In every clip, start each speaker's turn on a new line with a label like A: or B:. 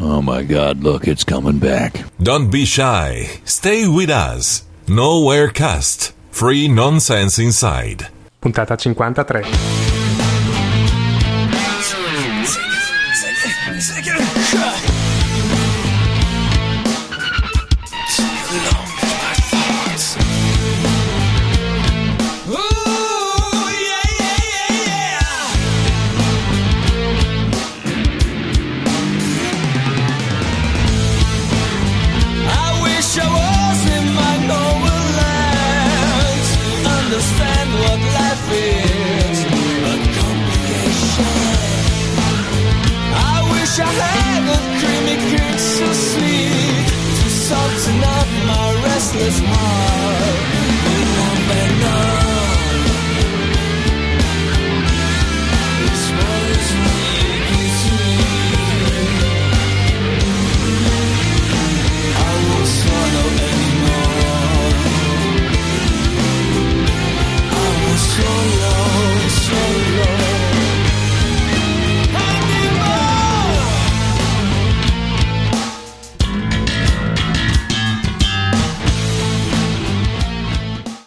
A: Oh, my God, look, it's coming back.
B: Don't be shy. Stay with us. Nowhere Cast. Free nonsense inside.
C: Puntata 53.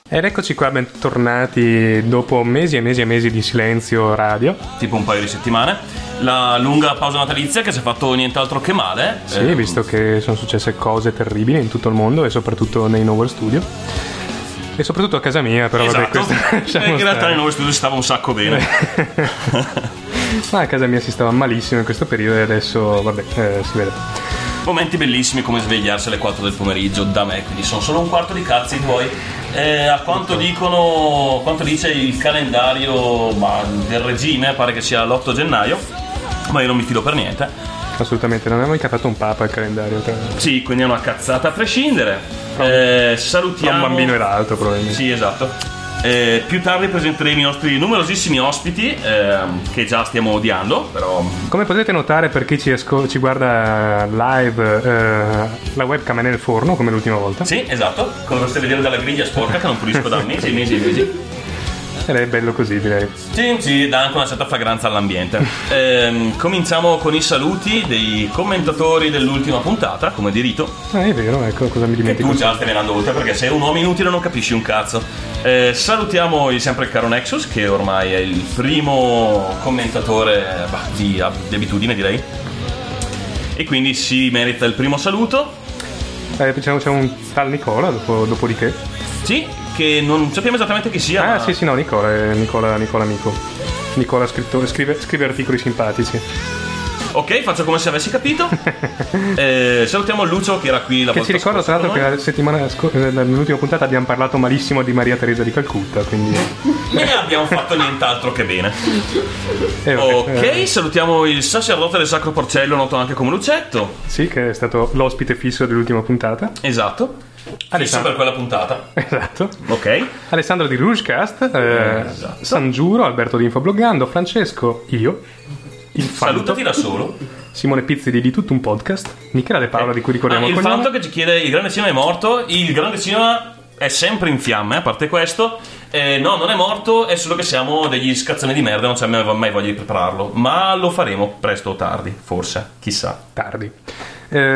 C: Ed eccoci qua bentornati dopo mesi e mesi e mesi di silenzio radio.
D: tipo un paio di settimane. La lunga pausa natalizia che ci ha fatto nient'altro che male.
C: Sì,
D: Eh,
C: visto che sono successe cose terribili in tutto il mondo e soprattutto nei Nowhere Studio. E soprattutto a casa mia, però vabbè,
D: Esatto.
C: questo lasciamo
D: Eh, in realtà
C: stare.
D: nei nuovi studi si stava un sacco bene.
C: Ma a casa mia si stava malissimo in questo periodo e adesso, vabbè, eh, si vede.
D: Momenti bellissimi come svegliarsi alle 4 del pomeriggio da me, quindi sono solo un quarto di cazzi tuoi. Eh, a quanto dicono, quanto dice il calendario ma, del regime, pare che sia l'8 gennaio, ma io non mi fido per niente.
C: Assolutamente, non abbiamo mica fatto un papa al calendario. Tra, tra
D: Sì, quindi è una cazzata a prescindere. Eh, salutiamo
C: un bambino e l'altro, probabilmente.
D: Sì, esatto. Eh, più tardi presenteremo i nostri numerosissimi ospiti ehm, che già stiamo odiando, però
C: Come potete notare, per chi ci, asco- ci guarda live, eh, la webcam è nel forno, come l'ultima volta.
D: sì, esatto, come potete vedere dalla griglia sporca che non pulisco da mesi, mesi, mesi.
C: Ed è bello così, direi.
D: Sì, sì, dà anche una certa fragranza all'ambiente. Ehm, cominciamo con i saluti dei commentatori dell'ultima puntata, come di rito.
C: Ah, è vero, ecco cosa mi
D: E
C: dimentico.
D: tu già stai venendo oltre perché sei un uomo inutile non capisci un cazzo. Eh, salutiamo il- sempre il caro Nexus che ormai è il primo commentatore bah, di, ab- di abitudine direi. E quindi si merita il primo saluto.
C: Eh, c'è, c'è un tal Nicola, dopo- dopodiché.
D: Sì, che non sappiamo esattamente chi sia.
C: Ah,
D: ma-
C: sì, sì, no, Nicola, è Nicola, Nicola amico. Nicola scrittore, scrive, scrive articoli simpatici.
D: Ok, faccio come se avessi capito. Eh, salutiamo Lucio che era qui la
C: Che
D: volta
C: ci ricordo,
D: scorsa
C: tra l'altro,
D: con
C: che
D: noi.
C: la settimana scorsa, nell'ultima puntata abbiamo parlato malissimo di Maria Teresa di Calcutta, quindi...
D: Ne abbiamo fatto nient'altro che bene.
C: eh, vabbè, eh,
D: Ok, salutiamo il sacerdote del Sacro Porcello, noto anche come Lucetto.
C: sì, che è stato l'ospite fisso dell'ultima puntata.
D: Esatto.
C: Ah,
D: Fisso
C: Alessandro.
D: per quella puntata.
C: Esatto.
D: Ok.
C: Alessandro di Rougecast, eh,
D: Esatto.
C: San Giuro, Alberto di Infobloggando, Francesco, io, il Fanto,
D: Salutati da solo.
C: Simone Pizzi di Di Tutto un Podcast, Michela De Paola di cui ricordiamo
D: Ah, il
C: cognome.
D: fatto che ci chiede il grande cinema è morto, il grande cinema è sempre in fiamme, a parte questo. Eh, no, non è morto, è solo che siamo degli scazzoni di merda, non c'è mai mai voglia di prepararlo. Ma lo faremo presto o tardi, forse, chissà.
C: tardi.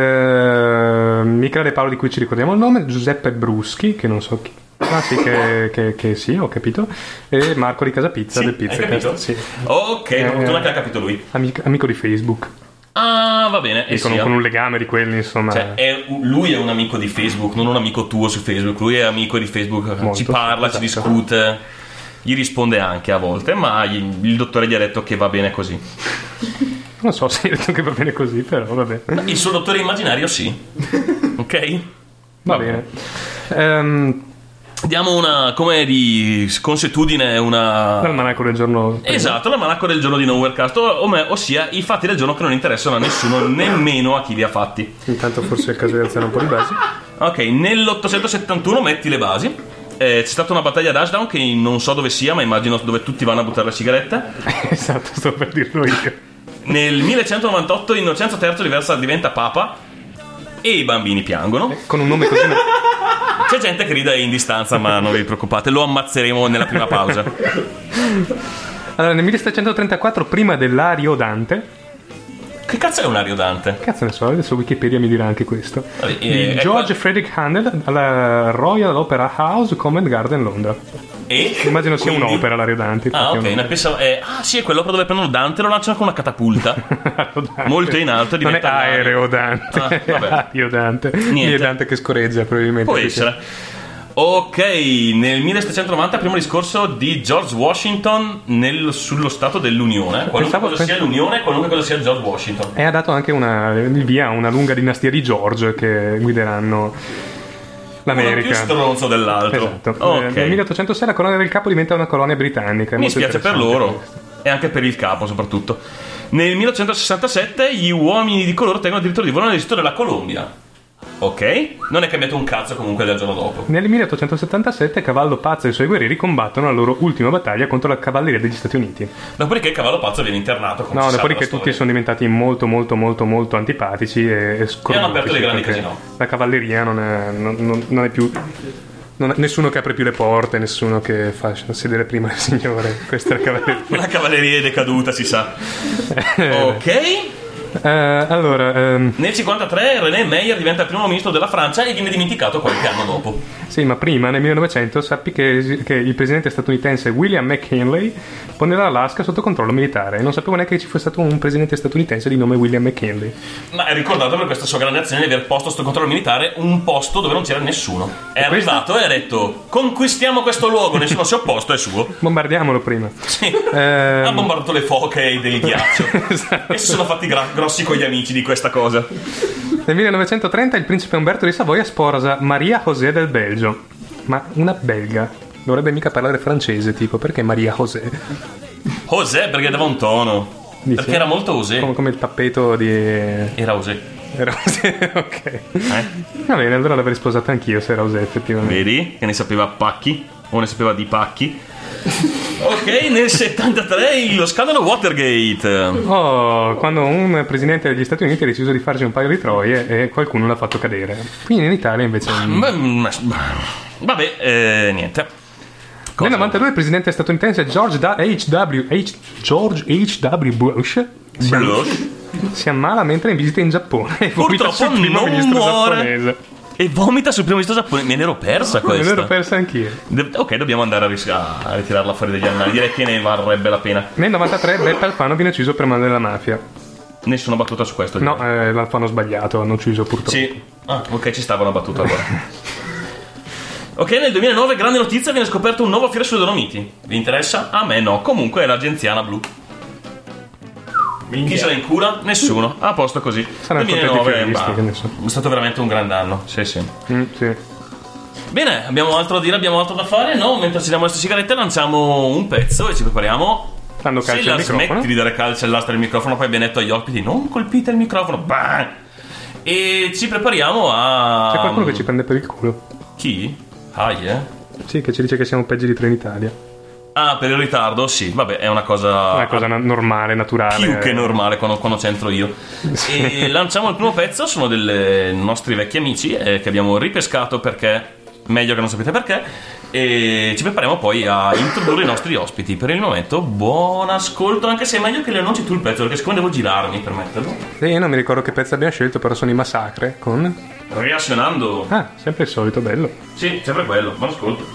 C: Eh, Michele De Paolo di cui ci ricordiamo il nome, Giuseppe Bruschi, che non so chi. Ah sì, che, che- che sì, ho capito. E Marco di Casapizza
D: Sì,
C: del
D: hai
C: Pizza.
D: capito?
C: Sì. Eh,
D: Ok, per fortuna che ha capito lui.
C: Amico, amico di Facebook,
D: Ah, va bene. e
C: E con,
D: sia.
C: con un legame di quelli, insomma.
D: Cioè, è un- lui è un amico di Facebook, non un amico tuo su Facebook. Lui è amico di Facebook,
C: Molto,
D: ci parla,
C: esatto.
D: ci discute, gli risponde anche a volte, ma gli- il dottore gli ha detto che va bene così.
C: Non so se hai detto che va bene così, però va bene. Va,
D: Il suo dottore immaginario sì. Ok?
C: bene. Ehm,
D: Diamo una, come di consuetudine, una...
C: l'almanacco del giorno...
D: Esatto, l'almanacco del giorno di Nowherecast, o- ome- ossia i fatti del giorno che non interessano a nessuno, nemmeno a chi li ha fatti.
C: Intanto forse è il caso di alzare un po' di base.
D: Ok, nell'871 metti le basi. Eh, c'è stata una battaglia ad Ashdown che non so dove sia, ma immagino dove tutti vanno a buttare la sigaretta.
C: esatto, sto per dirlo io.
D: Nel 1198 Innocenzo III diversa- diventa papa e i bambini piangono.
C: Con un nome così...
D: C'è gente che ride in distanza, ma non vi preoccupate, lo ammazzeremo nella prima pausa.
C: Allora, nel 1734, prima dell'Ariodante,
D: Che cazzo è un Ario Dante?
C: Cazzo ne so, adesso Wikipedia mi dirà anche questo.
D: Vabbè,
C: Di
D: eh, è
C: George Frederick Handel alla Royal Opera House, Covent Garden, Londra.
D: E?
C: Immagino sia
D: Quindi-
C: un'opera l'aria Dante.
D: Ah, ok.
C: infatti è
D: Ne
C: un'opera.
D: pensavo, eh, ah, sì, è quell'opera dove prendono Dante e lo lanciano con una catapulta. Molto in alto e
C: Non è
D: diventa un aereo.
C: aereo Dante,
D: Ah,
C: è
D: vabbè.
C: aereo Dante. Quindi è Dante che scorreggia probabilmente.
D: Può
C: Sì, sì.
D: essere. Ok, nel 1790, primo discorso di George Washington nel- sullo Stato dell'Unione. Qualunque
C: Pensavo-
D: cosa sia l'Unione, qualunque cosa sia George Washington.
C: E ha dato anche una, il via a una lunga dinastia di George che guideranno
D: Uno più
C: l'America.
D: stronzo dell'altro.
C: Esatto.
D: Ok.
C: Eh, nel 1806 la colonia del capo diventa una colonia britannica. è
D: Mi
C: molto
D: spiace per
C: interessante.
D: loro e anche per il capo soprattutto. Nel 1967 gli uomini di colore tengono il diritto di volo nell'esito della Colombia. Ok? Non è cambiato un cazzo comunque dal giorno dopo.
C: Nel 1877 Cavallo Pazzo e i suoi guerrieri combattono la loro ultima battaglia contro la cavalleria degli Stati Uniti.
D: Dopodiché il cavallo pazzo viene internato. come
C: No,
D: si sa
C: dopodiché
D: dalla
C: tutti
D: storia.
C: sono diventati molto molto molto molto antipatici e, e scorretti,
D: hanno aperto dei grandi
C: perché
D: casinò.
C: La cavalleria non è, non- non- non è più... non è- nessuno che apre più le porte, nessuno che fa sedere prima il signore. Questa è la cavalleria.
D: La cavalleria è decaduta, si sa. ok?
C: Eh, allora, ehm,
D: Nel 53 René Meyer diventa il primo ministro della Francia e viene dimenticato qualche anno dopo.
C: sì, ma prima, nel 1900, sappi che, che il presidente statunitense William McKinley poneva l'Alaska sotto controllo militare. Non sapevo neanche che ci fosse stato un presidente statunitense di nome William McKinley.
D: Ma è ricordato per questa sua grande azione di aver posto sto controllo militare un posto dove non c'era nessuno. È
C: questo?
D: arrivato e ha detto: Conquistiamo questo luogo, nessuno si è opposto, è suo.
C: Bombardiamolo prima.
D: Sì.
C: Ehm.
D: Ha bombardato le foche del ghiaccio.
C: Esatto.
D: e si sono fatti gra- grossi con gli amici di questa cosa.
C: Nel 1930 il principe Umberto di Savoia sposa Maria José del Belgio. Ma una belga dovrebbe mica parlare francese, tipo, perché Maria José?
D: José perché dava un tono.
C: Dici?
D: Perché era molto José.
C: Come, come il tappeto di... Era
D: Era José.
C: José, ok.
D: Eh?
C: Va bene, allora l'avrei sposata anch'io se era José, effettivamente.
D: Vedi? Che ne sapeva pacchi? O ne sapeva di pacchi? ok, nel 73 lo scandalo Watergate.
C: Oh, quando un presidente degli Stati Uniti ha deciso di farci un paio di troie e qualcuno l'ha fatto cadere. Quindi in Italia invece... Nel
D: Ah, Ma- ma- Vabbè, eh, niente.
C: 92 il presidente statunitense George Da- H.W. H- George H.W. Bush
D: Blush.
C: si ammala mentre è in visita in Giappone e vomita sul
D: Purtroppo
C: primo
D: non
C: ministro
D: muore.
C: giapponese.
D: E vomita sul primo ministro giapponese. Me l'ero persa
C: Me
D: questa.
C: l'ero persa anch'io.
D: De- ok, dobbiamo andare a, ris- a ritirarla fuori dagli annali. Direi che ne varrebbe la pena.
C: Nel 93 Beppe Alfano viene ucciso per mano della mafia.
D: Nessuna battuta su questo.
C: No,
D: direi.
C: eh, l'Alfano sbagliato, hanno ucciso purtroppo.
D: Sì. Ah, ok, ci stava una battuta allora. Ok, nel 2009, grande notizia, viene scoperto un nuovo fiore sulle Dolomiti. Vi interessa? A me no. Comunque è la genziana blu. Chi se la incura? Nessuno. A posto così.
C: Saranno contenti i fioristi, che ne so.
D: bah, è stato veramente un grande anno. Sì, sì.
C: Mm, sì.
D: Bene, abbiamo altro da dire, abbiamo altro da fare. No, mentre ci diamo le sigarette lanciamo un pezzo e ci prepariamo.
C: Fanno
D: Se
C: calcio
D: la
C: al microfono.
D: smetti di dare calcio all'asta del microfono, poi abbiamo detto agli ospiti non colpite il microfono. Bang! E ci prepariamo a...
C: C'è qualcuno che ci prende per il culo.
D: Chi? Ah, yeah.
C: Sì, che ci dice che siamo peggio di Trenitalia.
D: Ah, per il ritardo? Sì, vabbè, è una cosa...
C: È una cosa na- normale, naturale.
D: Ah, più che normale quando, quando c'entro io. E lanciamo il primo pezzo, sono dei nostri vecchi amici eh, che abbiamo ripescato perché, meglio che non sapete perché, e ci prepariamo poi a introdurre i nostri ospiti. Per il momento buon ascolto, anche se è meglio che le annunci tu il pezzo perché siccome devo girarmi per metterlo.
C: Sì, io non mi ricordo che pezzo abbiamo scelto, però sono i massacre con...
D: Reazionando,
C: Ah, sempre il solito, bello.
D: sì, sempre quello, buon ascolto.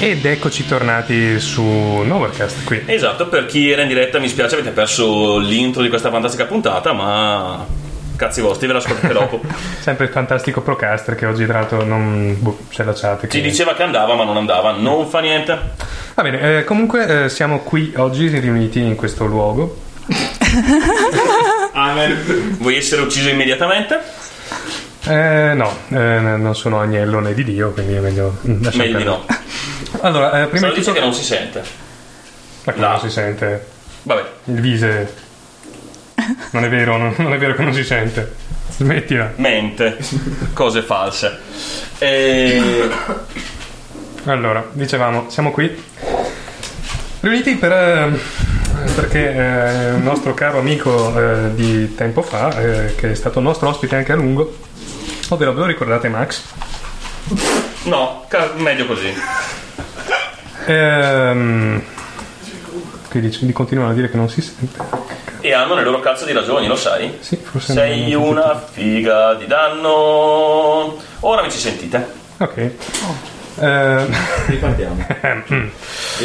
C: Ed eccoci tornati su Novercast qui.
D: Esatto, per chi era in diretta mi spiace avete perso l'intro di questa fantastica puntata, ma cazzi vostri, ve la ascoltate dopo.
C: Sempre il fantastico Procaster che oggi tra l'altro non boh, c'è la chat. Che...
D: Ci diceva che andava ma non andava, non fa niente.
C: Va bene, eh, comunque eh, siamo qui oggi riuniti in questo luogo.
D: Vuoi essere ucciso immediatamente?
C: Eh, no, eh, non sono agnello né di Dio, quindi è meglio mm, lasciar
D: Meglio di
C: perdere.
D: no.
C: Allora, eh, prima
D: Però
C: di
D: dice
C: tutto...
D: che non si sente.
C: Ma che
D: No.
C: non si sente
D: Vabbè,
C: il vise. Non è vero, non, non è vero che non si sente. Smettila.
D: mente, cose false. E...
C: Allora, dicevamo, siamo qui riuniti per, eh, perché eh, il nostro caro amico eh, di tempo fa, eh, che è stato nostro ospite anche a lungo, ovvero ve lo ricordate Max?
D: No, ca- meglio così.
C: Ehm, qui dice, di continuano a dire che non si sente.
D: E hanno le loro cazzo di ragioni, lo sai?
C: Sì, forse non-
D: Sei una figa di danno. Ora mi ci sentite?
C: Ok. Ehm,
E: Ripartiamo.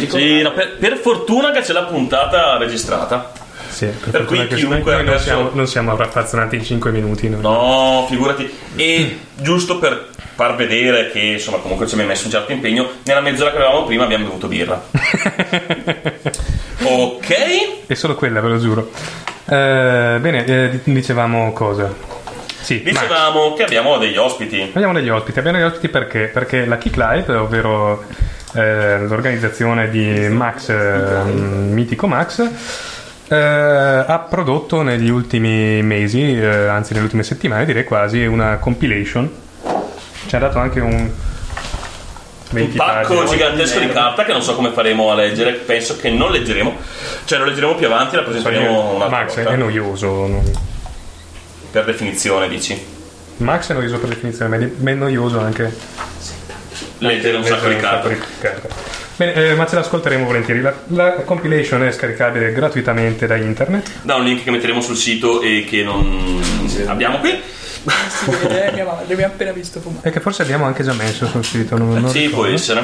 D: Sì, no, per, per fortuna che c'è la puntata registrata.
C: sì, per,
D: Per
C: fortuna
D: cui
C: che-
D: chiunque
C: noi non
D: adesso-
C: siamo, non siamo raffazzonati in 5 minuti. noi.
D: No, figurati. E giusto per far vedere che insomma comunque ci abbiamo messo un certo impegno, nella mezz'ora che avevamo prima abbiamo bevuto birra. ok?
C: È solo quella, ve lo giuro. Eh, bene, eh, dicevamo cosa? Sì, Max.
D: Dicevamo che abbiamo degli ospiti.
C: Abbiamo degli ospiti, abbiamo degli ospiti perché? Perché la Kick Live, ovvero eh, l'organizzazione di Max, eh, mitico Max, eh, ha prodotto negli ultimi mesi, eh, anzi nelle ultime settimane direi quasi, una compilation. Ci ha dato anche un... 20
D: Un pacco
C: pagine.
D: gigantesco di carta che non so come faremo a leggere, penso che non leggeremo, cioè lo leggeremo più avanti, la presenteremo un'altra
C: Max
D: volta.
C: è noioso. non-
D: Per definizione, dici.
C: Max è noioso per definizione, ma è ma è noioso anche
D: Leggere un sacco di
C: Esatto,
D: carte.
C: carte. Bene, eh, ma ce l'ascolteremo volentieri. La, la compilation è scaricabile gratuitamente da internet.
D: Da un link che metteremo sul sito e che non abbiamo qui.
F: Sì, perché mia madre mi ha appena visto fumare.
C: E che forse abbiamo anche già messo sul sito. Non, non
D: Sì,
C: ricordo.
D: può essere.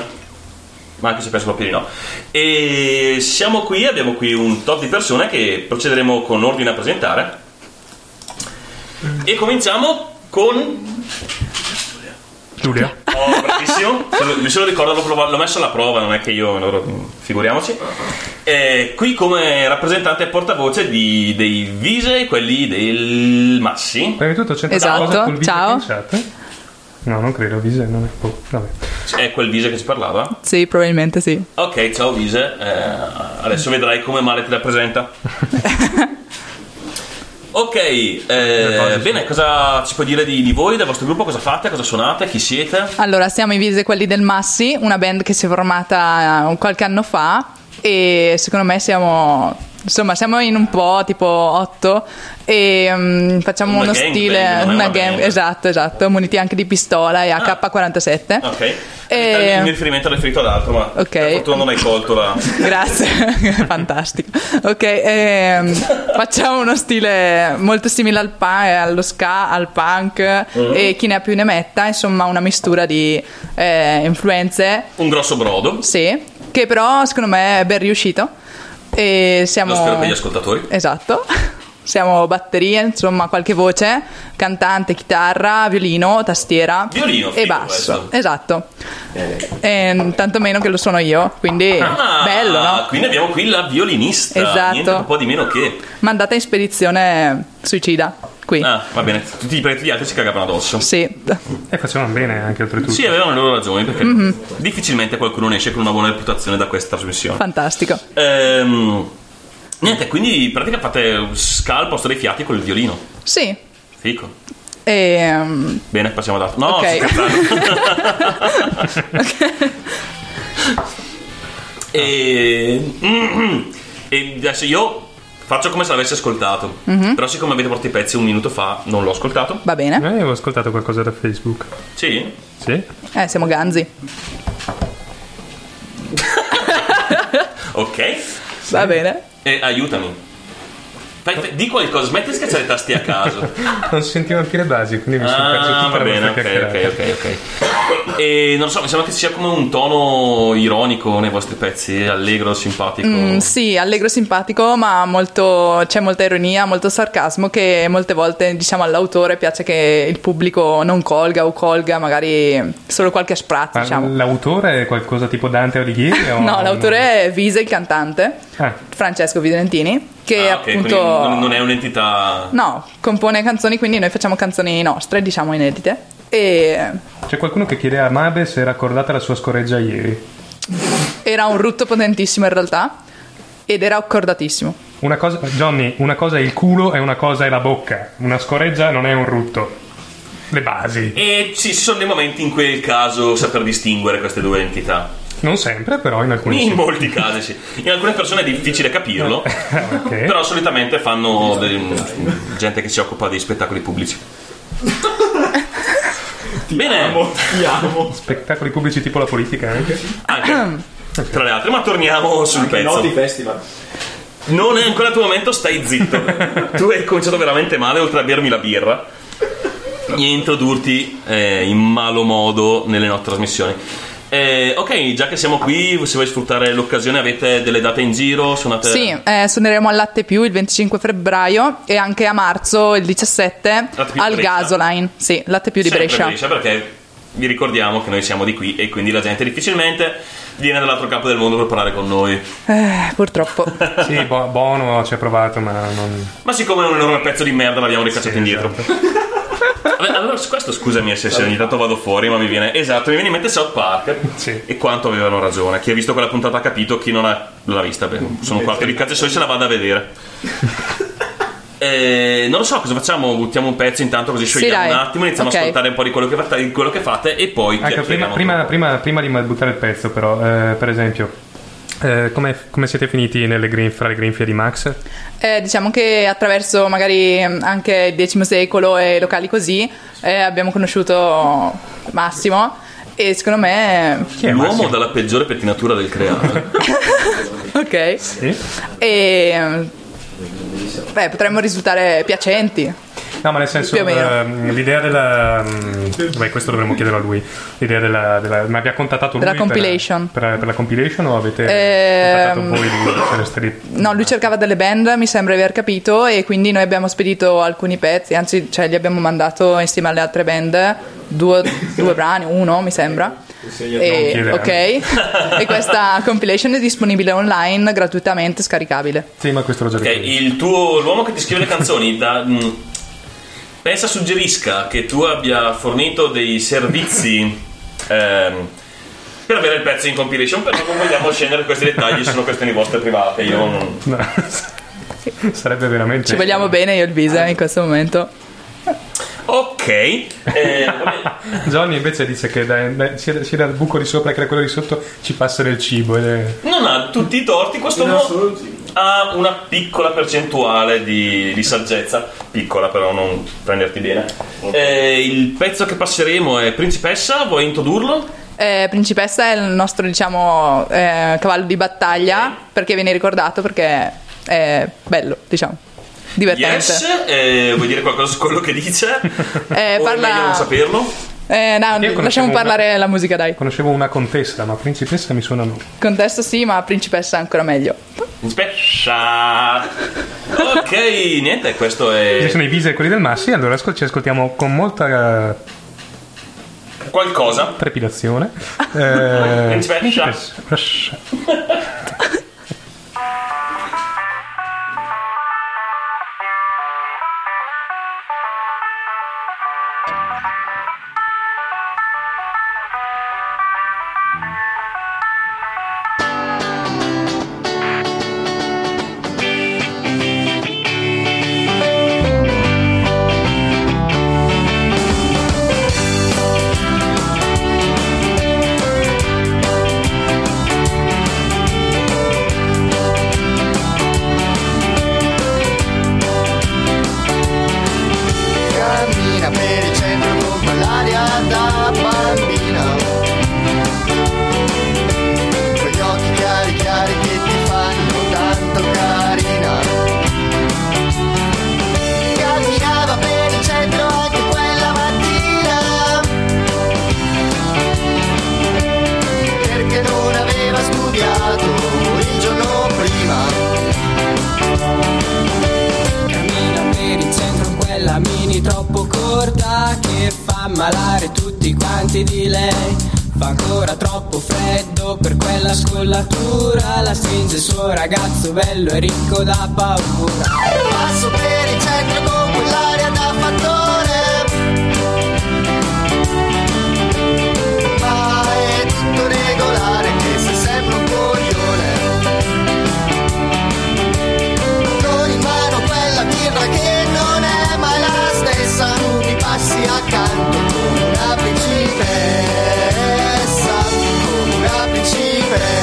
D: Ma anche se penso proprio di no. E siamo qui, abbiamo qui un tot di persone che procederemo con ordine a presentare. E cominciamo con...
C: Giulia.
D: Oh, bravissimo! Se lo- Mi se lo ricordo, l'ho, prova- l'ho messo alla prova, non è che io... allora, figuriamoci. Eh, qui come rappresentante e portavoce di- dei Vise, quelli del Massi.
C: Prima di tutto c'è
F: Esatto,
C: qualcosa col video
F: ciao.
C: in chat? No, non credo, Vise non è. boh, vabbè.
D: È quel Vise che ci parlava.
F: Sì, probabilmente sì.
D: Ok, ciao Vise, eh, adesso vedrai come male ti rappresenta. ok, eh, bene, cosa ci puoi dire di, di voi, del vostro gruppo? Cosa fate? Cosa suonate? Chi siete?
F: Allora, siamo i Vise Quelli del Massi, una band che si è formata eh, qualche anno fa e secondo me siamo... Insomma, siamo in un po' tipo 8 e mm, facciamo
D: Una
F: uno
D: gangbang,
F: stile...
D: non è una
F: gang-
D: band. Ah.
F: Esatto, esatto, muniti anche di pistola e AK-47.
D: Ok,
F: Eh,
D: il mio riferimento è riferito ad altro, ma
F: ok.
D: per fortuna non hai colto la...
F: Grazie, fantastico. Ok, ehm, facciamo uno stile molto simile al punk, allo ska, al punk
D: Mm-hmm.
F: e chi ne ha più ne metta, insomma una mistura di eh, influenze,
D: un grosso brodo,
F: sì, che però secondo me è ben riuscito. E siamo...
D: lo spero per gli ascoltatori.
F: Esatto. Siamo batterie, insomma, qualche voce, cantante, chitarra, violino, tastiera
D: Violino,
F: e
D: figo
F: basso.
D: questo. Eh.
F: Esatto. E, tantomeno che lo sono io, quindi
D: Ah,
F: bello, no?
D: Quindi abbiamo qui la violinista,
F: Esatto.
D: niente un po' di meno che...
F: Mandata in spedizione eh, suicida qui.
D: Ah, va bene, tutti, perché gli altri si cagavano addosso.
F: Sì.
C: E facevano bene anche oltretutto.
D: Sì, avevano le loro ragioni, perché
F: Mhm.
D: difficilmente qualcuno ne esce con una buona reputazione da questa trasmissione.
F: Fantastico.
D: Ehm, niente, quindi in pratica fate ska al posto dei fiati con il violino.
F: Sì.
D: Fico.
F: Ehm,
D: Bene, passiamo ad altro. No,
F: Ok.
D: sto scherzando. e, e adesso io faccio come se l'avessi ascoltato. Però, siccome avete portato i pezzi un minuto fa, non l'ho ascoltato.
F: va
C: Eh,
F: bene.
C: avevo ascoltato qualcosa da Facebook.
D: Sì.
C: Sì?
F: Eh, siamo ganzi.
D: Ok.
F: Va bene.
D: E aiutami. Fai- fai- di qualcosa, smetti di schiacciare i tasti a caso.
C: Non si sentivano più le basi, quindi mi sono perso
D: Ah,
C: tutta
D: va
C: la
D: bene,
C: nostra
D: ok,
C: chiacchierata.
D: ok, ok, ok. E non lo so, mi sembra che sia come un tono ironico nei vostri pezzi, allegro, simpatico.
F: Mm, sì, allegro simpatico, ma molto- c'è molta ironia, molto sarcasmo che molte volte diciamo all'autore piace che il pubblico non colga o colga magari solo qualche
D: Ah,
F: sprazzo,
C: Ma
D: eh,
F: diciamo.
C: L'autore è qualcosa tipo Dante Alighieri? o-
F: No, l'autore è Vise, il cantante,
C: Ah.
F: Francesco Visolentini, che
D: Eh. Ah, ok, quindi
F: appunto...
D: non non è un'entità
F: No, compone canzoni, quindi noi facciamo canzoni nostre, diciamo inedite. E
C: C'è qualcuno che chiede a Mabe se era accordata la sua scoreggia ieri.
F: era un rutto potentissimo in realtà, ed era accordatissimo.
C: Una cosa, Johnny, una cosa è il culo e una cosa è la bocca. Una scoreggia non è un rutto. Le basi.
D: E ci sono dei momenti in cui è il caso saper distinguere queste due entità.
C: Non sempre, però in alcuni
D: In
C: sì. Eh,
D: molti casi sì. In alcune persone è difficile capirlo,
C: Ok.
D: però solitamente fanno del- gente che si occupa di spettacoli pubblici. Bene,
C: Spettacoli pubblici tipo la politica anche.
D: anche, tra le altre, ma torniamo sul
E: Noti
D: pezzo.
E: festival.
D: Non è ancora il tuo momento, stai zitto. tu hai cominciato veramente male, oltre a bermi la birra e introdurti eh, in malo modo nelle nostre trasmissioni. Eh, ok, già che siamo qui, se vuoi sfruttare l'occasione, avete delle date in giro? Suonate...
F: Sì, eh, suoneremo al Latte Più il 25 febbraio e anche a marzo il 17
D: Latte Più di
F: al
D: Brescia.
F: Gasoline. Sì, Latte Più di
D: Sempre
F: Brescia.
D: perché vi ricordiamo che noi siamo di qui e quindi la gente difficilmente viene dall'altro campo del mondo per parlare con noi.
F: Eh, purtroppo.
C: Sì, Bo- Bono ci ha provato, ma non.
D: Ma siccome è un enorme pezzo di merda, l'abbiamo ricacciato
C: Sì,
E: esatto.
D: indietro. Vabbè, Allora, su questo scusami se, se ogni tanto vado fuori, ma mi viene. Esatto, mi viene in mente South Park.
C: Sì.
D: E quanto avevano ragione. Chi ha visto quella puntata ha capito, chi non ha- l'ha vista. Beh, sono un quarto di cazzo e soli se la vado a vedere. Eh, non lo so cosa facciamo, buttiamo un pezzo intanto così sciogliamo
F: dai.
D: un attimo, iniziamo
F: Ok.
D: a ascoltare un po' di quello che, fate, di quello che fate e poi
C: Anche Ecco, prima,
D: chiacchieriamo.
C: prima- prima- prima di buttare il pezzo, però, eh, per esempio, eh, come, come siete finiti nelle grin- fra le grinfie di Max?
F: Eh, diciamo che attraverso magari mm, anche il X secolo e locali così eh, abbiamo conosciuto Massimo e secondo me...
C: Chi è
D: L'uomo
C: Massimo?
D: dalla peggiore pettinatura del creato.
F: Ok.
C: Sì?
F: E... mm, Beh, potremmo risultare piacenti.
C: No, ma nel senso,
F: Più o meno.
C: ehm, l'idea della. mm, Beh, questo dovremmo chiederlo a lui. L'idea della. della- ma vi ha contattato lui?
F: Della
C: per-
F: compilation.
C: Per, per la compilation o avete
F: Ehm,
C: contattato voi di essere stati-
F: No, lui cercava delle band, mi sembra di aver capito, e quindi noi abbiamo spedito alcuni pezzi, anzi, cioè, gli abbiamo mandato insieme alle altre band due, due brani, uno mi sembra. E,
C: non
F: ok,
C: chiedere.
F: e questa compilation è disponibile online, gratuitamente scaricabile.
C: Sì, ma questo l'ho già
D: Ok,
C: detto.
D: il tuo l'uomo che ti scrive le canzoni da, mm, pensa suggerisca che tu abbia fornito dei servizi ehm, per avere il pezzo in compilation, però non vogliamo scendere in questi dettagli, sono questioni vostre private. Io non...
C: No. Sarebbe veramente.
F: Ci vogliamo bene io e il Visa in questo momento.
D: Ok, eh, vabbè,
C: Johnny invece dice che dai- dai- sia, sia dal buco di sopra che da quello di sotto ci passa del cibo. ed è-
D: non ha tutti i torti, questo
E: No,
D: uomo
E: solo il giro.
D: ha una piccola percentuale di, di saggezza, piccola però non prenderti bene. Eh, il pezzo che passeremo è Principessa, vuoi introdurlo?
F: Eh, Principessa è il nostro, diciamo, eh, cavallo di battaglia, perché viene ricordato perché è bello, diciamo, divertente.
D: Yes, eh, vuoi dire qualcosa su quello che dice?
F: Eh,
D: o
F: parla-
D: è meglio non saperlo?
F: Eh, no,
C: conoscevo
F: lasciamo
C: una-
F: parlare la musica, dai.
C: Conoscevo una contessa, ma principessa mi suona no.
F: Contesto sì, ma principessa ancora meglio.
D: Spescia! Ok, niente, questo
C: Ci
D: è
C: sono i visi e quelli del Massi, allora ascol- ci ascoltiamo con molta eh,
D: qualcosa.
C: trepidazione. Eh,
D: Principessa.
C: Principessa.
G: Thank
H: alla scollatura la stringe il suo ragazzo bello e ricco da paura.
I: Passo per il centro con quell'aria da fattore Ma è tutto regolare che se sembra un coglione Con in mano quella birra che non è mai la stessa Tu mi passi accanto come una principessa Come una principessa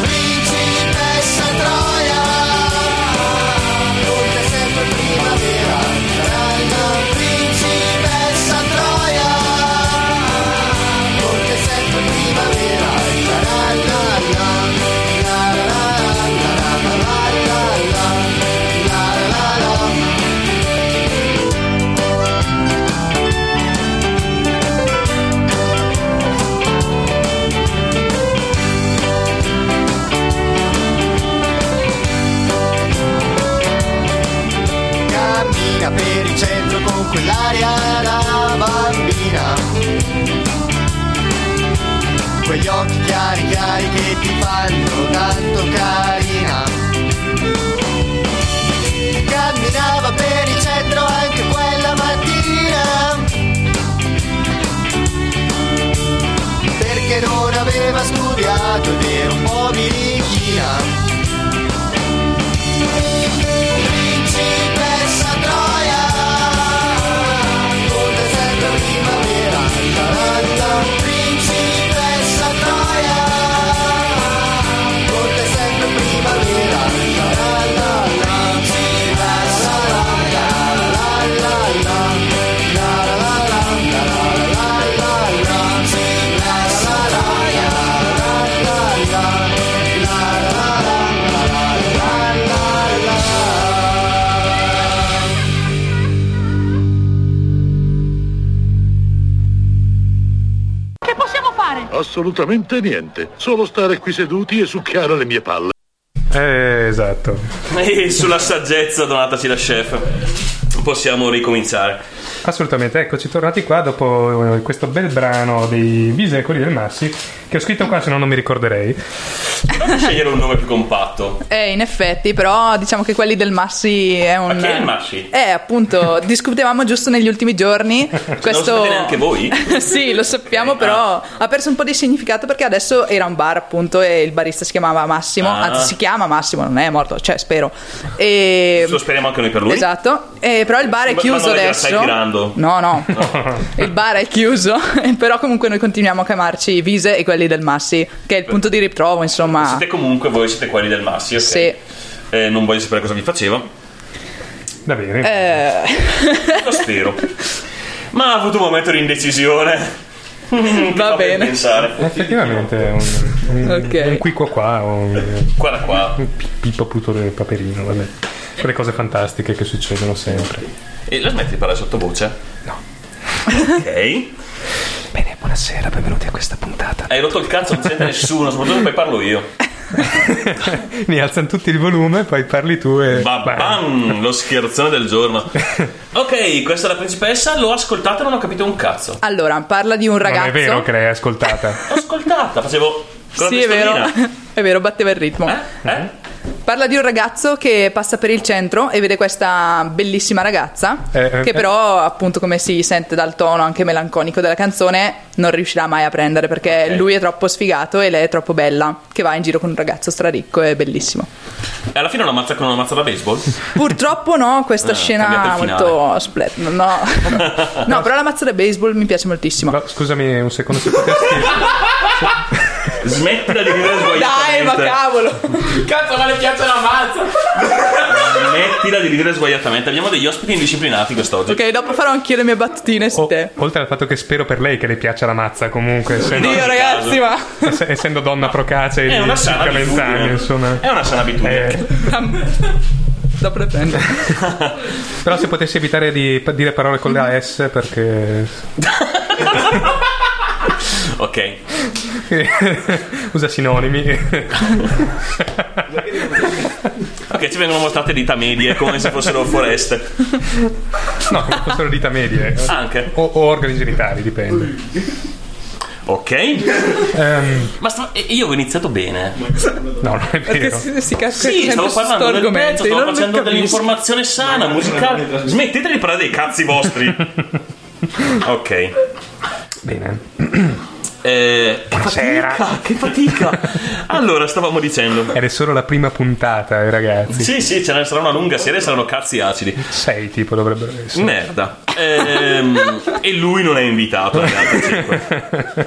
I: Principessa Troia, come sempre primavera, la principessa Troia, come sempre primavera, la la la la la la la la la la
J: cammina per il centro con quell'aria da bambina. Quegli occhi chiari chiari che ti fanno tanto carina. Camminava per il centro anche quella mattina. Perché non aveva studiato ed era un po' birichina.
I: Principessa Troia, come sempre primavera, taranta. Principessa Troia, come sempre primavera, taranta. Principessa Troia, la la la, la la la, la la la la. Principessa Troia, la la la, la la la, la la la.
K: Che possiamo fare?
L: Assolutamente niente, solo stare qui seduti e succhiare le mie palle.
C: Eh, esatto.
D: E sulla saggezza donataci da chef possiamo ricominciare.
C: Assolutamente, eccoci tornati qua dopo eh, questo bel brano dei Bisecoli del Massi che ho scritto qua, se no non mi ricorderei.
D: Proviamo a scegliere un nome più compatto.
F: Eh, in effetti, però diciamo che quelli del Massi è un...
D: Ma chi è il Massi?
F: Eh, appunto, discutevamo giusto negli ultimi giorni. questo...
D: sapete neanche voi? Ah.
F: sì, lo sappiamo, però ha perso un po' di significato perché adesso era un bar, appunto, e il barista si chiamava Massimo,
D: Ah.
F: anzi si chiama Massimo, non è morto, cioè spero. E...
D: Lo speriamo anche noi per lui.
F: Ehm, Esatto, Eh, però il bar è
D: Ma- ma
F: chiuso
D: non è che la
F: adesso.
D: stai tirando?
F: No, no, il bar è chiuso, però comunque noi continuiamo a chiamarci Vise e quelli del Massi, che è il punto di ritrovo, insomma.
D: Siete comunque voi, siete quelli del Massi, ok?
F: Sì.
D: Eh, non voglio sapere cosa vi faceva,
C: Va bene.
F: Eh.
D: lo spero. Ma ha avuto un momento di indecisione. Mm, che
F: Va
D: fa ben
F: bene.
D: Pensare.
C: Effettivamente è un, un,
F: Ok.
C: un quico qua, un
D: Guarda qua.
C: pippo putore del paperino, vabbè. Quelle cose fantastiche che succedono sempre.
D: E la smetti di parlare sottovoce? No. Ok.
H: Bene, buonasera, benvenuti a questa puntata.
D: Hai rotto il cazzo, non sente nessuno, soprattutto poi parlo io.
C: Mi alzano tutti il volume, poi parli tu e...
D: Bam, bam, lo scherzone del giorno. Ok, questa è la principessa, l'ho ascoltata e non ho capito un cazzo.
F: Allora, parla di un ragazzo.
C: Non è vero che l'hai ascoltata.
D: L'ho ascoltata, facevo... con la
F: Sì, è vero.
D: testolina.
F: È vero, batteva il ritmo.
H: Mm-hmm.
D: Eh? Eh?
F: Parla di un ragazzo che passa per il centro e vede questa bellissima ragazza,
C: Eh, eh,
F: che però, appunto, come si sente dal tono anche melanconico della canzone, non riuscirà mai a prendere perché
D: Ok.
F: lui è troppo sfigato e lei è troppo bella, che va in giro con un ragazzo straricco e bellissimo.
D: E alla fine lo ammazza con una mazza da baseball?
F: Purtroppo no, questa
D: Ah,
F: scena
D: cambiato il finale.
F: molto splat. No, no. No, però la mazza da baseball mi piace moltissimo.
C: No, scusami un secondo se potresti...
D: Smettila di dire
F: Dai, ma
D: sguaiatamente.
F: cavolo!
D: Cazzo, ma le piazza la mazza! Smettila di ridere sguaiatamente. Abbiamo degli ospiti indisciplinati quest'oggi.
F: Ok, dopo farò anch'io le mie battutine su
C: O-
F: te.
C: Oh, oltre al fatto che spero per lei che le piaccia la mazza, comunque, essendo,
F: Dio, ragazzi, ma
C: ess- essendo donna procace
D: eh, È una
C: di
D: sana
C: circa vent'anni,
D: abitudine.
C: insomma.
D: È una sana abitudine.
C: Eh,
F: dopo le prendo.
C: però se potessi evitare di pa- dire parole con la S perché
D: Ok.
C: usa sinonimi.
D: Ok, ci vengono mostrate dita medie come se fossero foreste.
C: No, come fossero dita medie. eh.
D: Anche.
C: O, o organi genitali, dipende.
D: Ok?
F: Ehm.
D: Ma sta- e- io ho iniziato bene.
C: No, non è
F: Perché si, si casca
D: Sì,
F: sempre
D: stavo
F: su
D: parlando
F: sto
D: del
F: argomento,
D: pezzo, stavo
F: io non
D: facendo
F: capisco.
D: dell'informazione sana, musicale. Smetteteli di parlare dei cazzi vostri. ok.
C: Bene.
D: Eh, che fatica, che fatica. Allora, stavamo dicendo.
C: Era solo la prima puntata, eh, ragazzi.
D: Sì, sì, ce ne sarà una lunga serie, saranno cazzi acidi.
C: Sei tipo dovrebbero essere.
D: Merda. Ehm, e lui non è invitato alle altre cinque.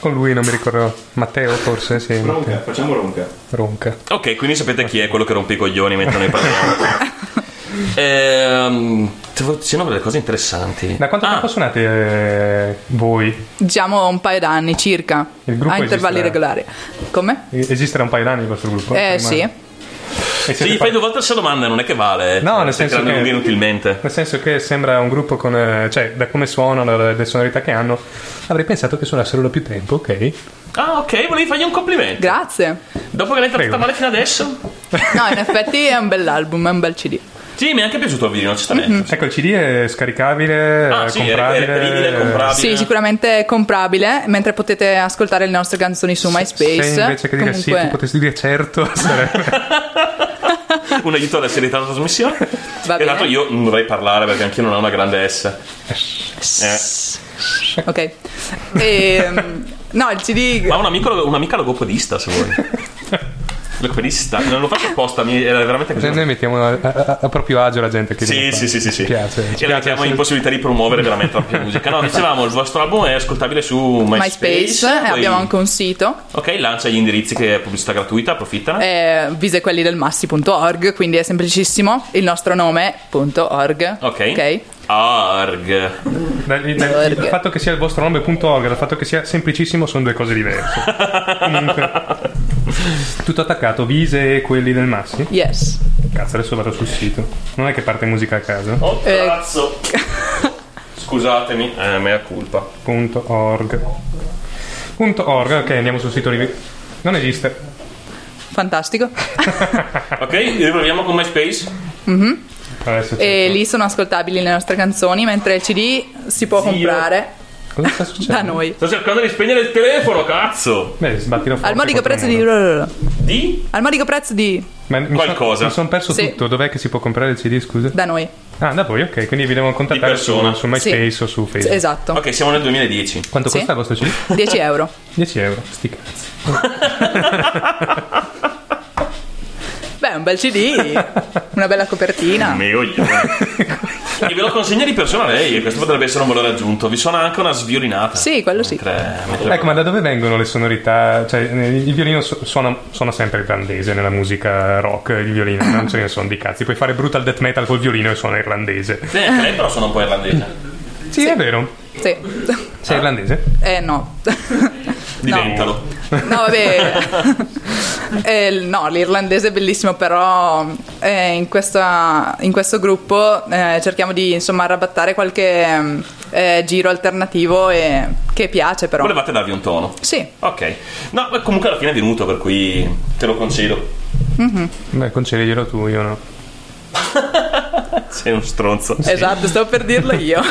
C: Con lui non mi ricordo. Matteo forse, sì. Matteo.
H: facciamo ronca.
C: Ronca.
D: Ok, quindi sapete chi è quello che rompe i coglioni mentre noi parliamo. Ehm, stavo dicendo delle cose interessanti. Ah,
C: Da quanto tempo suonate eh, voi?
F: Diciamo un paio d'anni circa,
C: Il gruppo
F: a intervalli
C: esiste- eh.
F: regolari. Come?
C: E- Esiste da un paio d'anni il vostro gruppo?
F: Eh
C: Ormai?
F: sì.
C: E
D: Se
C: siete
D: gli fai due volte la stessa domanda, non è che vale. eh.
C: No, nel
D: Se te
C: senso
D: l'hanno
C: che-
D: lunga inutilmente.
C: Nel senso che sembra un gruppo con. eh, cioè, da come suonano, le, le sonorità che hanno, avrei pensato che suonassero da più tempo, ok?
D: Ah, ok, volevi fargli un complimento.
F: Grazie.
D: Dopo che l'hai trattata male fino adesso?
F: No, in effetti è un bell'album, è un bel CD.
D: Sì, mi è anche piaciuto il video, onestamente.
C: Ecco, il CD è scaricabile,
D: Ah,
C: eh,
D: sì, è
C: comprabile.
D: reperibile,
C: eh,
D: comprabile.
F: Sì, sicuramente è comprabile, mentre potete ascoltare le nostre canzoni su MySpace.
C: Se invece che dire sì, tu
F: Comunque-
C: potresti dire certo, sarebbe. Mhm.
D: un aiuto alla serietà della trasmissione.
F: Va
D: e
F: bene.
D: l'altro io non dovrei parlare perché anch'io non ho una grande S.
F: Ok. Ehm, no, il CD...
D: Eh, Ma un amico, un'amica logopodista, se vuoi. logopodista? Non lo faccio apposta, mi, era veramente così.
C: Cioè, noi mettiamo a, a- a proprio agio la gente che
D: Sì,
C: viene qua.
D: sì, sì, sì, sì.
C: Ci piace. ci
D: E la
C: piace
D: chiamo
C: essere-
D: impossibilità di promuovere veramente la più musica. No, dicevamo, il vostro album è ascoltabile su MySpace.
F: MySpace, e
D: poi-
F: abbiamo anche un sito,
D: Ok, lancia gli indirizzi che è pubblicità gratuita, approfittane.
F: eh, visequellidelmassi.org, quindi è semplicissimo, il nostro nome.org.
D: Ok.
F: Ok.
D: Arg.
C: Dal- dal- il fatto che sia il vostro nome.org e il fatto che sia semplicissimo sono due cose diverse. Comunque, tutto attaccato, vise e quelli del Massi.
F: Yes.
C: Cazzo, adesso vado sul sito. Non è che parte musica a caso.
D: Oh,
F: Eh.
D: cazzo. Scusatemi, eh, mea colpa.
C: Punto .org. Punto .org, ok, andiamo sul sito rivi- Non esiste.
F: Fantastico.
D: Ok, riproviamo con MySpace.
F: Mhm.
C: Adesso
F: E lì sono ascoltabili le nostre canzoni, mentre il CD si può comprare
C: Cosa sta
F: da noi.
D: Sto cercando di spegnere il telefono, cazzo.
C: Beh, sbattilo fuori.
F: Al modico prezzo di...
D: Di?
F: Al modico prezzo di...
C: Ma mi
D: Qualcosa.
C: Son, mi sono perso
F: Sì.
C: tutto. Dov'è che si può comprare il CD, scusa?
F: Da noi.
C: Ah, da voi, ok. Quindi vi devo contattare
D: Di
C: su,
D: persona.
C: su MySpace
F: Sì.
C: o su Facebook.
F: Esatto.
D: Ok, siamo nel 2010.
C: Quanto
F: Sì.
C: costa il vostro CD?
F: 10 euro.
C: 10 euro. Sti cazzi.
F: Beh, un bel CD, una bella copertina.
D: Mio io. e ve lo consegna di persona lei, e questo potrebbe essere un valore aggiunto. Vi suona anche una sviolinata.
F: Sì, quello sì.
D: Mentre- mentre-
C: Ecco, ma da dove vengono le sonorità? Cioè, eh, il violino su- suona, suona sempre irlandese nella musica rock. Il violino non ce ne sono di cazzi. Puoi fare brutal death metal col violino e suona irlandese.
D: Beh, anche eh, lei però sono un po' irlandese.
C: Sì, è vero.
F: Sì.
C: Sei irlandese?
F: Eh no.
D: Diventalo.
F: No, vabbè. Eh, no, l'irlandese è bellissimo, però eh, in, questa- in questo gruppo eh, cerchiamo di insomma arrabattare qualche mm, eh, giro alternativo e- che piace però.
D: Volevate darvi un tono.
F: Sì,
D: Ok. No, beh, comunque alla fine è venuto, per cui te lo concedo.
C: Beh, concediglielo tu, io no.
D: Sei un stronzo.
F: esatto, stavo per dirlo io.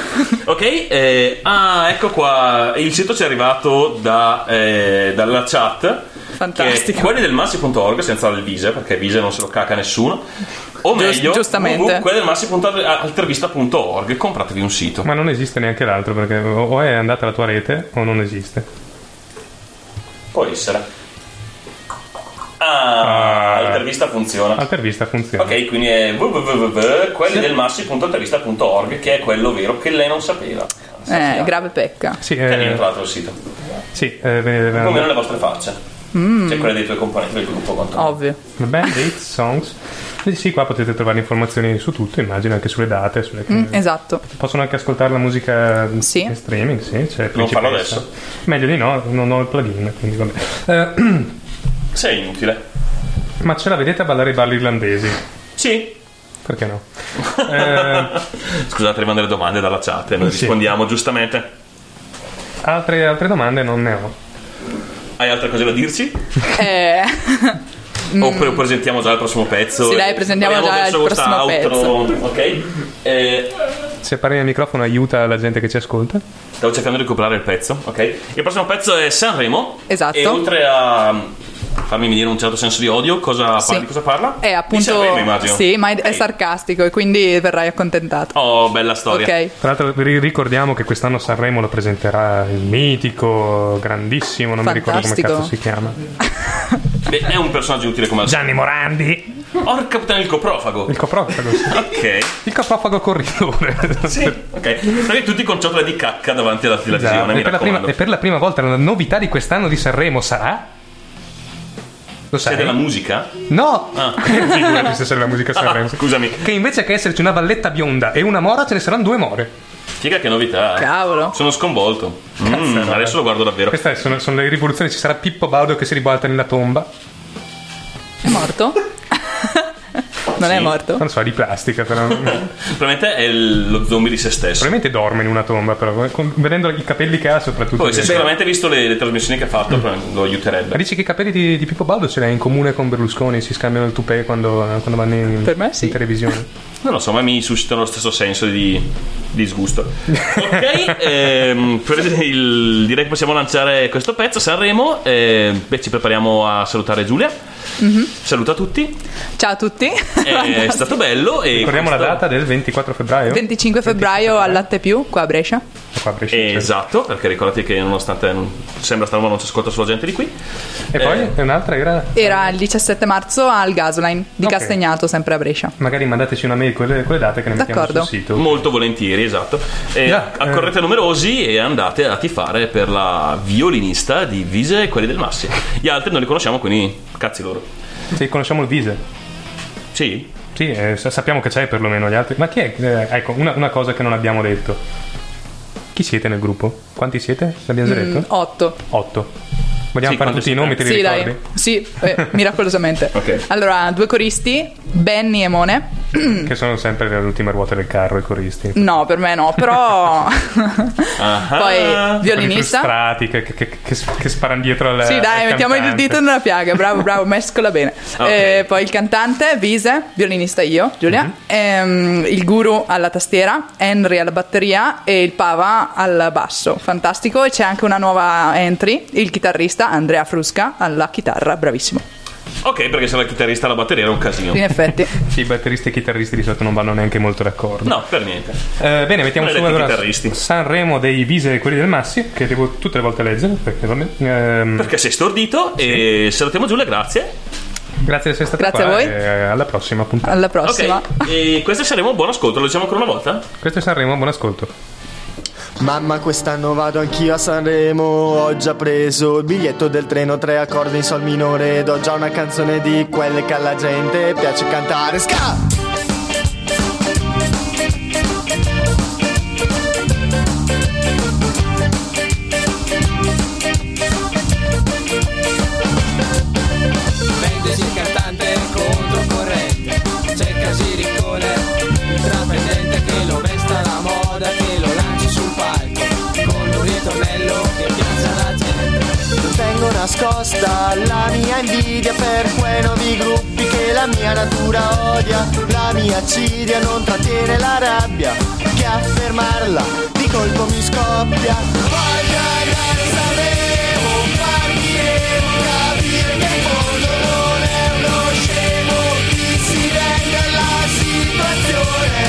D: Ok, eh, ah, ecco qua. Il sito ci è arrivato da, eh, dalla chat.
F: Fantastico.
D: Che è quelli del massi.org senza il vise, perché vise non se lo caca nessuno. O
F: Giust-
D: meglio,
F: giustamente.
D: quelli del massi.altervista.org. Compratevi un sito.
C: Ma non esiste neanche l'altro perché o o è andata la tua rete o non esiste.
D: Può essere. Ah, l'intervista funziona.
C: Altervista funziona.
D: Ok, quindi è www.quellidelmassi.intervista.org che è quello vero che lei non sapeva.
F: Eh, grave pecca.
C: Sì,
D: Carino,
C: eh,
D: tra l'altro, il sito.
C: sì eh, ve- ve-
D: Come le vostre facce. Cioè quelle dei tuoi compagni del gruppo. quanto-
F: Ovvio.
C: The Band Dates, Songs. Eh Sì, qua potete trovare informazioni su tutto, immagino anche sulle date. Sulle...
F: Mm, esatto.
C: Possono anche ascoltare la musica mm,
F: Sì.
C: in streaming, sì. C'è
D: Non
C: Principessa.
D: farlo adesso.
C: Meglio di no, non ho il plugin, quindi vabbè. Eh,
D: Sei inutile.
C: ma ce la vedete a ballare i balli irlandesi?
D: Sì.
C: Perché no? Eh,
D: Scusate, arrivano delle domande dalla chat e noi
C: Sì.
D: rispondiamo giustamente.
C: altre, altre domande non ne ho.
D: Hai altre cose da dirci?
F: Eh,
D: Oppure Mm. presentiamo già il prossimo pezzo?
F: Sì,
D: e
F: dai, presentiamo
D: parliamo
F: già
D: adesso
F: il
D: questa
F: prossimo
D: outro, Ok? Eh,
C: separare il microfono aiuta la gente che ci ascolta.
D: Stavo cercando di recuperare il pezzo, ok? Il prossimo pezzo è Sanremo.
F: Esatto.
D: E oltre a mm, farmi venire un certo senso di odio, cosa, parla, di cosa parla?
F: È
D: Di Sanremo,
F: eh, appunto.
D: immagino.
F: Sì, ma è- è sarcastico e quindi verrai accontentato.
D: Oh, bella storia.
F: Ok.
C: Tra l'altro ri- ricordiamo che quest'anno Sanremo lo presenterà il mitico, grandissimo, non mi ricordo
F: Fantastico.
C: come cazzo si chiama.
D: Beh, è un personaggio utile come al
C: Gianni Morandi.
D: Orca puttana il coprofago.
C: Il coprofago. sì.
D: Ok.
C: Il coprofago corridore.
D: Sì, ok. Perché tutti con ciotole di cacca davanti alla
C: Esatto.
D: televisione, mi
C: e, per la prima,
D: raccomando.
C: e per la prima volta la novità di quest'anno di Sanremo sarà? Lo
D: C'è
C: sai?
D: della musica?
C: No!
D: Ah.
C: Figurati se serve la musica a Sanremo.
D: Scusami.
C: Che invece che esserci una valletta bionda e una mora, ce ne saranno due more.
D: Figa che novità. eh.
F: Cavolo.
D: Sono sconvolto. Mm,
C: eh.
D: adesso lo guardo davvero.
C: Queste sono, sono le rivoluzioni. Ci sarà Pippo Baudo che si ribalta nella tomba.
F: È morto? non è
D: Sì.
F: morto?
C: Non so, è di plastica, però.
D: Probabilmente è il- lo zombie di se stesso.
C: Probabilmente dorme in una tomba, però. con- vedendo i capelli che ha, soprattutto.
D: Poi, se
C: Beh,
D: sicuramente visto le, le trasmissioni che ha fatto, lo
C: Ma
D: aiuterebbe.
C: dici che i capelli di, di Pippo Baldo ce li hai in comune con Berlusconi? Si scambiano il toupé quando, quando vanno in,
F: Per me sì.
C: in televisione.
D: Non lo so, ma mi suscitano lo stesso senso di disgusto. Ok, ehm, per il- direi che possiamo lanciare questo pezzo. Sanremo, eh, beh, ci prepariamo a salutare Giulia. Saluta tutti, Eh,
F: Ciao a tutti.
D: è stato bello. E
C: Ricordiamo la
D: questo-
C: data del 24 febbraio.
F: 25 febbraio al Latte Più, qua a Brescia.
C: Qua a Brescia, cioè.
D: Esatto, perché ricordati che nonostante non- sembra sta roba non ci ascolta solo gente di qui.
C: E poi
D: Eh.
C: e un'altra era.
F: Era il 17 marzo al Gasoline di
C: Ok.
F: Castagnato, sempre a Brescia.
C: Magari mandateci una mail con le, con le date che ne mettiamo sul
F: D'accordo.
C: sito.
D: Molto volentieri, esatto. Eh,
C: Yeah,
D: accorrete numerosi e andate a tifare per la violinista di Vise e quelli del Massi. Gli altri non li conosciamo, quindi cazzi loro.
C: Sì, conosciamo il Vise.
D: Sì,
C: Sì, eh, sa- sappiamo che c'è perlomeno gli altri. Ma chi è? eh, ecco, una, una cosa che non abbiamo detto. Chi siete nel gruppo? Quanti siete? L'abbiamo già detto?
F: 8.
C: Otto. Vogliamo
D: Sì,
C: fare
D: quanto
C: tutti i
D: siete?
C: nomi, te li
F: Mm. Sì,
C: ricordi?
F: dai. Sì, eh, miracolosamente.
D: Ok.
F: Allora, due coristi, Benny e Mone. Mm.
C: Che sono sempre le ultime ruote del carro, i coristi.
F: No, per me no, però...
D: Ah.
F: Poi,
C: Quelli
F: violinista.
C: frustrati che, che, che, che s- che sparano dietro al.
F: Sì, dai,
C: al
F: mettiamo il
C: Eh, cantante.
F: dito nella piaga. Bravo, bravo, mescola bene.
D: Ok.
F: Eh, poi il cantante, Vise, violinista io, Giulia. Ehm, il guru alla tastiera, Henry alla batteria e il Pava al basso. Fantastico. E c'è anche una nuova entry, il chitarrista Andrea Frusca alla chitarra, bravissimo.
D: ok, perché se la chitarrista e la batteria era un casino.
F: In effetti.
C: Sì, batteristi e chitarristi di solito non vanno neanche molto d'accordo.
D: No, per niente.
C: Eh, bene, mettiamo su
D: Maledetti
C: allora
D: chitarristi.
C: Sanremo dei Vise e quelli del Massi, che devo tutte le volte leggere. Perché, vabbè. Ehm,
D: Perché sei stordito e salutiamo Giulia, grazie.
C: grazie di essere stati
F: Grazie
C: qua.
F: a voi.
C: E eh, alla prossima puntata.
F: Alla prossima.
D: Ok, e questo saremo buon ascolto, lo diciamo ancora una volta?
C: Questo è Sanremo, buon ascolto.
I: Mamma, quest'anno vado anch'io a Sanremo. Ho già preso il biglietto del treno, tre accordi in sol minore. Ed ho già una canzone di quelle che alla gente piace cantare. Ska!
M: Vendesi il cantante controcorrente Cercasi riccone Intraprendente che lo vesta la moda Che lo lanci sul palco Con un ritornello che piazza la gente
I: Tengo nascosta la mia invidia per quei nuovi gruppi che la mia natura odia. La mia cidia non trattiene la rabbia, che a fermarla di colpo mi scoppia. Voglio andare a Sanremo, partiremo, capire che il mondo non è uno scemo, chi si rende alla situazione.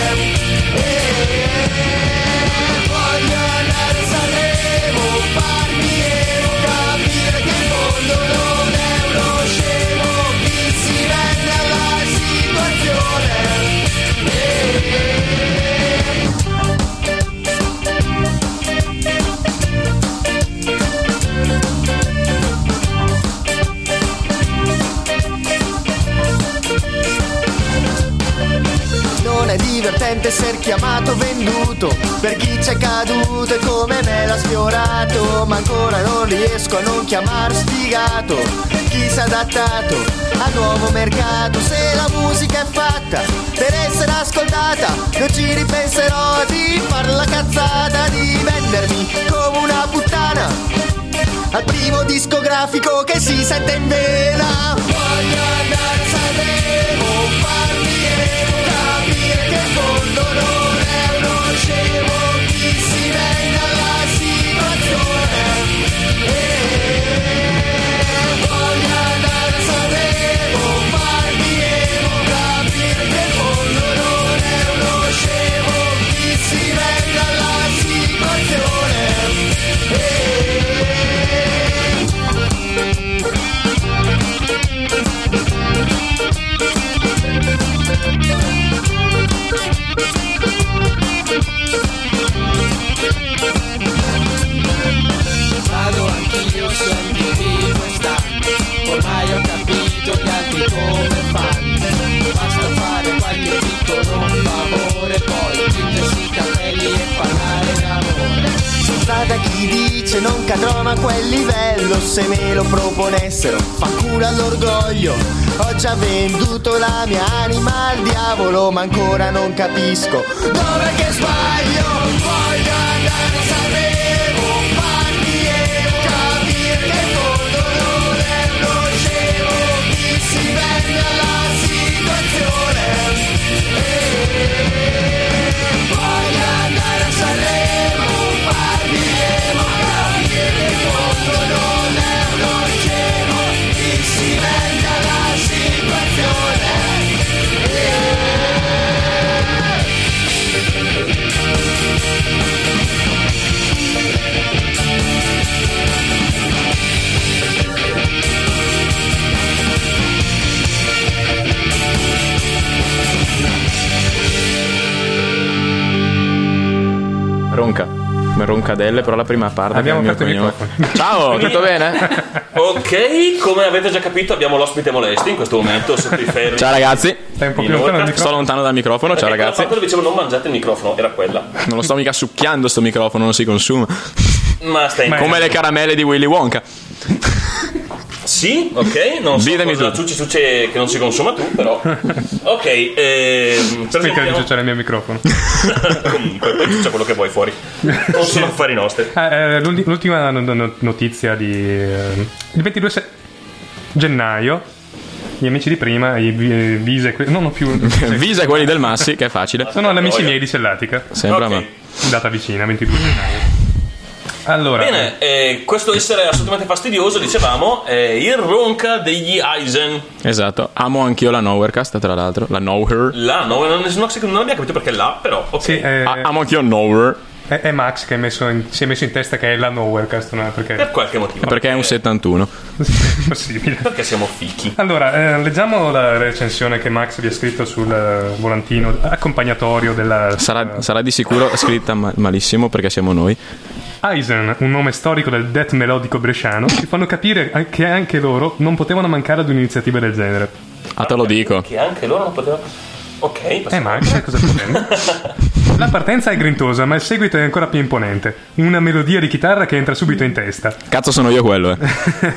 I: Voglio andare a Sanremo, partiremo, capire che il mondo non è uno scemo, chi si rende alla situazione. Non è divertente ser chiamato venduto Per chi c'è caduto e come me l'ha sfiorato Ma ancora non riesco a non chiamar sfigato Chi s'è adattato al nuovo mercato Se la musica è fatta per essere ascoltata Non ci ripenserò di far la cazzata Di vendermi come una puttana al primo discografico che si sente in vena. Voglio andare a Sanremo, farmi capire che il mondo non è uno scemo,
N: ma a quel livello se me lo proponessero fa cura all'orgoglio ho già venduto la mia anima al diavolo ma ancora non capisco dov'è che sbaglio voglio andare a sapere compagni e capire che il dolore è uno scemo chi si vende alla situazione Eh, voglio andare a Sanremo farmi e ma capire che il mondo non è uno scemo chi si vende alla situazione
H: Ronca. Roncadelle, però la prima parte.
D: Abbiamo
H: che è il
D: aperto
H: mio
D: il
H: cognome. Ciao, tutto bene?
D: Ok, come avete già capito, abbiamo l'ospite molesti in questo momento sotto i ferri.
H: Ciao ragazzi.
D: più lontano dal microfono.
H: Sto lontano dal microfono, ciao
D: Ecco, La
H: ragazzi.
D: parte dove dicevo non mangiate il microfono era quella.
H: Non lo sto mica succhiando sto microfono, non si consuma.
D: Ma stai
H: Come le caramelle di Willy Wonka.
D: Sì, ok, non so cosa ciucci ciucci che non si consuma tu, però. Ok, ehm,
C: Aspetta di
D: presentiamo-
C: ciucciare il mio microfono.
D: comunque, poi ciuccia quello che vuoi fuori. Non sono affari nostri.
C: Ah, eh, l'ulti- l'ultima no- no- notizia di eh, il 22 se- gennaio gli amici di prima, i vi- eh, Visa e que- non ho più
H: Visa quelli del Massi, che è facile.
C: sono gli amici miei di Sellatica.
H: Sembra, ma-
C: Data vicina, 22 gennaio. Allora,
D: Bene, eh, questo essere assolutamente fastidioso, dicevamo, è il ronca degli Eisen.
H: Esatto, amo anch'io la Nowherecast, tra l'altro. La Nowhere.
D: Là, no, non, non, non abbiamo capito perché là, però. ok.
C: eh,
H: Ah, amo anch'io Nowhere.
C: È, è Max che è messo in- si è messo in testa che è la Nowherecast, no? perché
D: Per qualche motivo. Eh,
H: Perché è un 71.
C: possibile.
D: Perché siamo fichi.
C: Allora, eh, leggiamo la recensione che Max vi ha scritto sul eh, volantino accompagnatorio della
H: Sarà, Eh, sarà di sicuro scritta ma- malissimo perché siamo noi.
C: Eisen, un nome storico del death melodico bresciano, ci fanno capire che anche loro non potevano mancare ad un'iniziativa del genere.
H: Ah, te lo dico.
D: Che anche loro non potevano. Ok,
C: Eh,
D: passiamo.
C: ma anche cosa problema? La partenza è grintosa, ma il seguito è ancora più imponente. Una melodia di chitarra che entra subito in testa.
H: Cazzo, sono io quello, eh.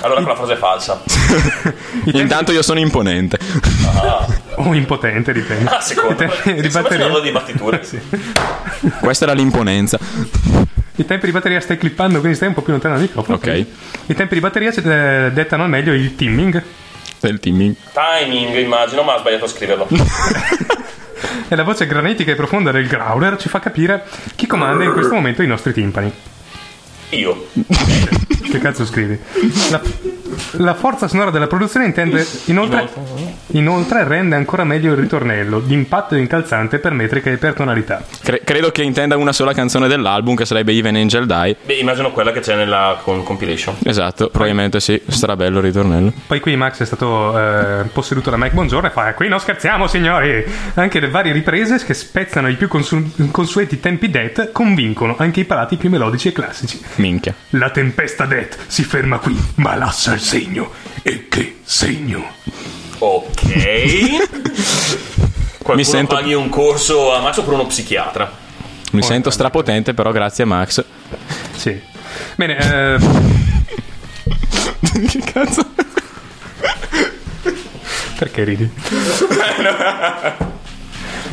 D: Allora quella frase è falsa.
H: Intanto io sono imponente.
C: O impotente, dipende.
D: Ah, secondo me.
C: di
D: Secondo me
C: batteria.
D: sono loro di battiture.
H: Questa era l'imponenza.
C: I tempi di batteria stai clippando, quindi stai un po' più lontano dal microfono.
H: Ok.
C: I tempi di batteria eh, dettano al meglio il teaming
H: Del teaming.
D: Timing, immagino, ma ha sbagliato a scriverlo.
C: e la voce granitica e profonda del growler ci fa capire chi comanda in questo momento i nostri timpani.
D: Io.
C: Che cazzo scrivi? La, la forza sonora della produzione intende inoltre, inoltre rende ancora meglio il ritornello, d'impatto e incalzante per metriche e per tonalità.
H: Cre- credo che intenda una sola canzone dell'album, che sarebbe Even Angel Die.
D: Beh, immagino quella che c'è nella con- compilation.
H: Esatto, probabilmente sì. Strabello il ritornello.
C: Poi qui Max è stato eh, posseduto da Mike Buongiorno e fa qui non scherziamo signori! Anche le varie riprese che spezzano i più consu- consueti tempi death convincono anche i palati più melodici e classici.
H: Minchia.
C: La tempesta death si ferma qui, ma lascia il segno. E che segno!
D: Ok. Qualcuno
H: Mi sento-
D: paghi un corso a Max per uno psichiatra.
H: Mi sento strapotente, però grazie a Max.
C: Sì. Bene, eh,
H: che cazzo?
C: perché ridi?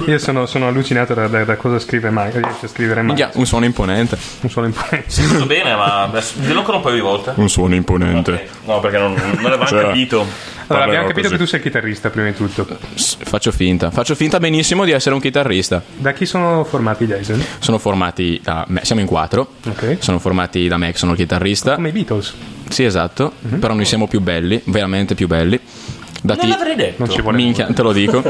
C: Io sono, sono allucinato da, da- da cosa scrive Mike. Riesce a scrivere Mike.
H: Minchia, un suono imponente.
C: Non sono imponente.
D: Sì, tutto bene, ma adesso- dillo ancora un paio di volte.
H: Un suono imponente.
D: No, perché non, non avevamo
H: Cioè,
D: capito.
C: Allora, abbiamo
H: Parlerò
C: capito
H: così.
C: che tu sei il chitarrista prima di tutto.
H: S- Faccio finta. Faccio finta benissimo di essere un chitarrista.
C: Da chi sono formati gli Eisen?
H: Sono formati da me. Siamo in quattro.
C: Ok.
H: Sono formati da me, che sono il chitarrista.
C: Come i Beatles.
H: Sì, esatto. Però noi siamo più belli, veramente più belli. Da
D: Non
H: Ti-
D: l'avrei detto.
C: Non ci vuole.
H: Minchia, te lo dico.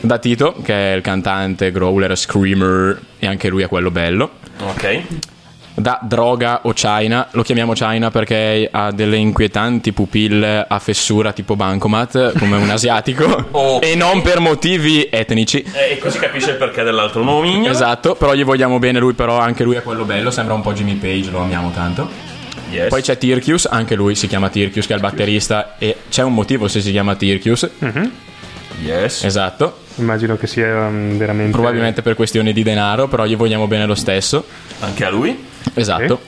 H: da Tito, che è il cantante, growler, screamer, e anche lui è quello bello.
D: Ok.
H: da droga o China, lo chiamiamo China perché ha delle inquietanti pupille a fessura tipo bancomat, come un asiatico,
N: Oh.
D: Ok.
H: e non per motivi etnici.
D: Oh, Eh, E così capisce il perché dell'altro
N: Eh
D: nomignolo.
H: Esatto, però gli vogliamo bene lui, però anche lui è quello bello, sembra un po' Jimmy Page, lo amiamo tanto.
D: Yes.
H: Poi c'è Tirchius, anche lui si chiama Tirchius, che è il batterista, e c'è un motivo se si chiama Tirchius.
D: Yes.
H: Esatto,
C: Immagino che sia um, veramente.
H: probabilmente per questioni di denaro, però gli vogliamo bene lo stesso.
D: Anche a lui.
H: Esatto.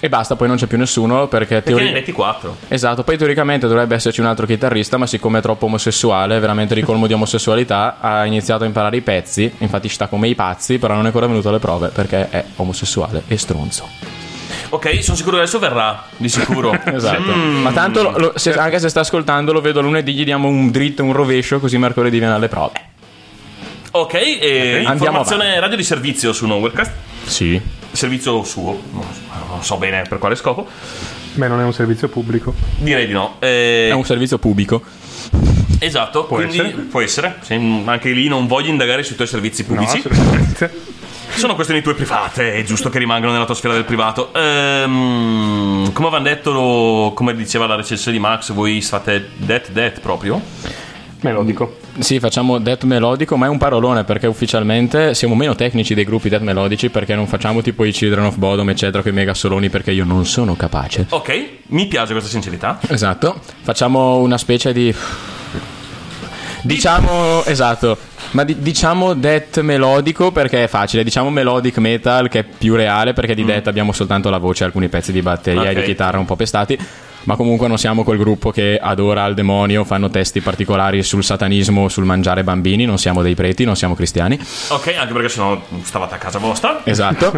H: e basta, poi non c'è più nessuno perché,
D: Perché
H: teori-
D: ne metti 4.
H: Esatto, poi teoricamente dovrebbe esserci un altro chitarrista, ma siccome è troppo omosessuale, veramente ricolmo di omosessualità, ha iniziato a imparare i pezzi, infatti sta come i pazzi, però non è ancora venuto alle prove perché è omosessuale e stronzo.
D: Ok, sono sicuro che adesso verrà, di sicuro.
H: Esatto.
D: Mm.
H: Ma tanto, lo- lo- se- anche se sta ascoltando, lo vedo lunedì, gli diamo un dritto, un rovescio, così mercoledì viene alle prove.
D: Ok, e
H: Ok, andiamo
D: informazione radio di servizio su Nowherecast.
H: Sì.
D: Servizio suo, non so- non so bene per quale scopo.
C: Beh, non è un servizio pubblico.
D: Direi di no. Eh,
H: È un servizio pubblico.
D: Esatto, quindi può essere. Se- anche lì non voglio indagare sui tuoi servizi pubblici. Sono questioni tue private, è giusto che rimangano nella tua sfera del privato. Ehm, come avevano detto, lo- come diceva la recensione di Max, voi state dead dead proprio.
C: Melodico.
H: Sì, facciamo death melodico, ma è un parolone perché ufficialmente siamo meno tecnici dei gruppi death melodici perché non facciamo tipo i Children of Bodom, eccetera, con i megasoloni perché io non sono capace.
D: Ok, mi piace questa sincerità.
H: Esatto, facciamo una specie di... Diciamo, esatto, ma di- diciamo death melodico perché è facile, diciamo melodic metal che è più reale perché di death abbiamo soltanto la voce, alcuni pezzi di batteria e di
D: Ok.
H: chitarra un po' pestati, ma comunque non siamo quel gruppo che adora il demonio, fanno testi particolari sul satanismo, sul mangiare bambini, non siamo dei preti, non siamo cristiani.
D: Ok, anche perché sennò stavate a casa vostra.
H: Esatto.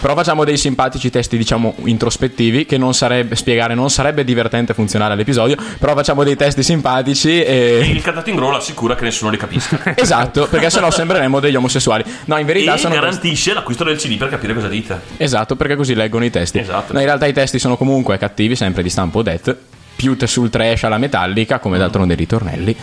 H: Però facciamo dei simpatici testi, diciamo, introspettivi che non sarebbe spiegare, non sarebbe divertente e funzionale all'episodio, però facciamo dei testi simpatici e
D: Il cantato in grola assicura che nessuno li capisca.
H: Esatto, perché sennò sembreremmo degli omosessuali. No, in
D: E
H: verità sono testi-
D: garantisce l'acquisto del CD per capire cosa dite.
H: Esatto, perché così leggono i testi.
D: Esatto.
H: No, in realtà i testi sono comunque cattivi, sempre di stampo death, più te- sul trash alla metallica, come d'altronde i ritornelli.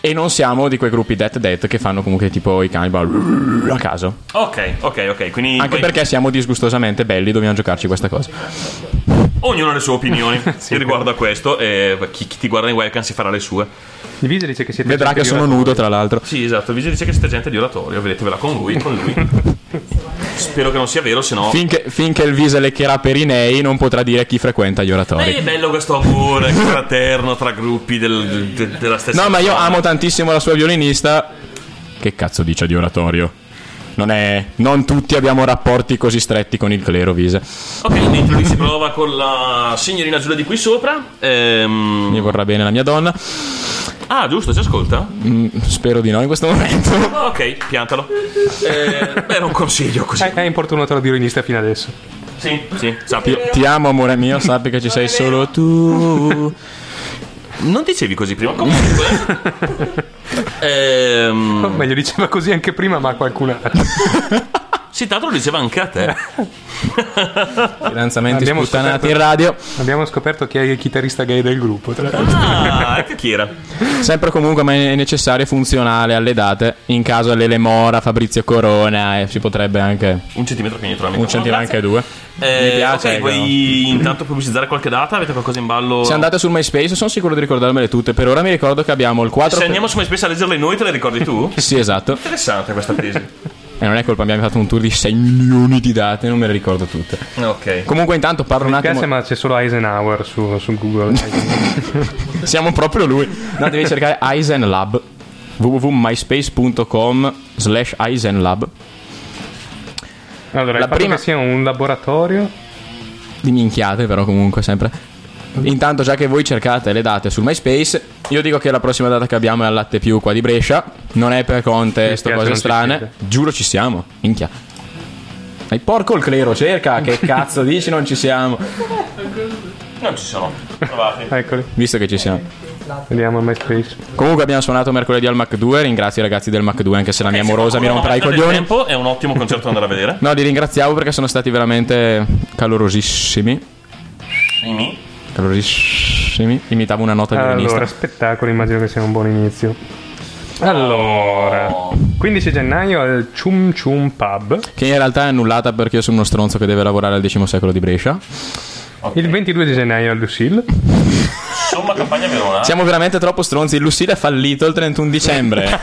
H: E non siamo di quei gruppi death death che fanno comunque tipo i cannibal a caso.
D: Ok, ok, ok. Quindi
H: Anche
D: poi-
H: perché siamo disgustosamente belli, dobbiamo giocarci questa cosa.
D: ognuno ha le sue opinioni riguardo a questo. E chi, chi ti guarda in webcam si farà le sue.
C: Il Vise dice che siete
H: Vedrà che sono nudo, tra l'altro.
D: Sì, esatto. Il Vigi dice che siete gente di oratorio. Vedetevela con lui. Con lui. Spero che non sia vero, se no.
H: Finché, finché il viso leccherà per i nei, non potrà dire chi frequenta gli oratori.
D: Eh, è bello questo amore fraterno tra gruppi del- de- della stessa.
H: No, ma io amo tantissimo la sua violinista. Che cazzo dice di oratorio? Non è. Non tutti abbiamo rapporti così stretti con il clero, Vise.
D: Ok, dentro lì si prova con la signorina Giulia di qui sopra. Ehm,
H: Mi vorrà bene la mia donna.
D: Ah, giusto, ci ascolta?
H: Mm, spero di no in questo momento.
D: Ah, Ok, piantalo. Eh, beh, era un consiglio così.
C: Cioè, È, è importunato la violinista fino adesso.
H: Eh,
D: Sì, sì,
H: Ti,
D: sappi.
H: ti amo, amore mio, sappi che ci sei solo tu.
D: Non dicevi così prima, comunque. ehm,
C: O
H: Mm.
C: meglio, diceva così anche prima, ma qualcun altro.
D: sì, tanto lo diceva anche a te.
H: Fidanzamenti
C: Abbiamo
H: sputtanati
C: scoperto-
H: in radio.
C: Abbiamo scoperto chi è il chitarrista gay del gruppo. Tra l'altro.
D: Ah, ecco chi era.
H: Sempre comunque, ma è necessario e funzionale alle date. In caso all'Ele Mora, Fabrizio Corona, e si potrebbe anche.
D: Un centimetro più indietro.
H: Un centimetro anche due.
D: Eh,
H: Mi piace.
D: ok,
H: ecco.
D: vuoi intanto pubblicizzare qualche data? Avete qualcosa in ballo?
H: Se andate sul MySpace, sono sicuro di ricordarmele tutte. Per ora mi ricordo che abbiamo il 4.
D: Se andiamo su MySpace a leggerle noi, te le ricordi tu?
H: Sì, esatto.
D: Interessante questa tesi.
H: E non è colpa mia, abbiamo fatto un tour di 6 milioni di date, non me le ricordo tutte.
D: Ok.
H: Comunque, intanto parlo un
C: Mi piace,
H: attimo.
C: ma c'è solo Eisenhower su, su Google.
H: Siamo proprio lui. No, devi cercare Eisenlab. www.myspace.com slash Eisenlab.
C: Allora, il
H: La
C: fatto
H: prima-
C: che sia un laboratorio.
H: Di minchiate, però, comunque, sempre. Intanto, già che voi cercate le date sul MySpace, io dico che la prossima data che abbiamo è al latte più qua di Brescia. Non è per contest
C: Mi piace,
H: o cose
C: non ci
H: strane. Giuro ci siamo. Minchia. Dai, porco il clero, cerca. Che cazzo dici? Non ci siamo.
D: Non ci sono. Provate.
C: Eccoli,
H: Visto che ci siamo.
C: vediamo il MySpace.
H: Comunque abbiamo suonato mercoledì al Mac 2, ringrazio i ragazzi del Mac 2 anche se la mia amorosa mi romperà i
D: Il
H: coglioni.
D: tempo è un ottimo concerto da andare a vedere.
H: No, li ringraziavo perché sono stati veramente calorosissimi.
D: Mimi.
H: Calorosissimi. Imitavo una nota
C: Allora,
H: violinista.
C: spettacolo, immagino che sia un buon inizio. Allora, 15 gennaio al Chum Chum Pub.
H: Che in realtà è annullata perché io sono uno stronzo che deve lavorare al X secolo di Brescia.
C: Il 22 di gennaio al Lucille.
D: Somma campagna Verona.
H: Siamo veramente troppo stronzi. Il Lucille è fallito il 31 dicembre.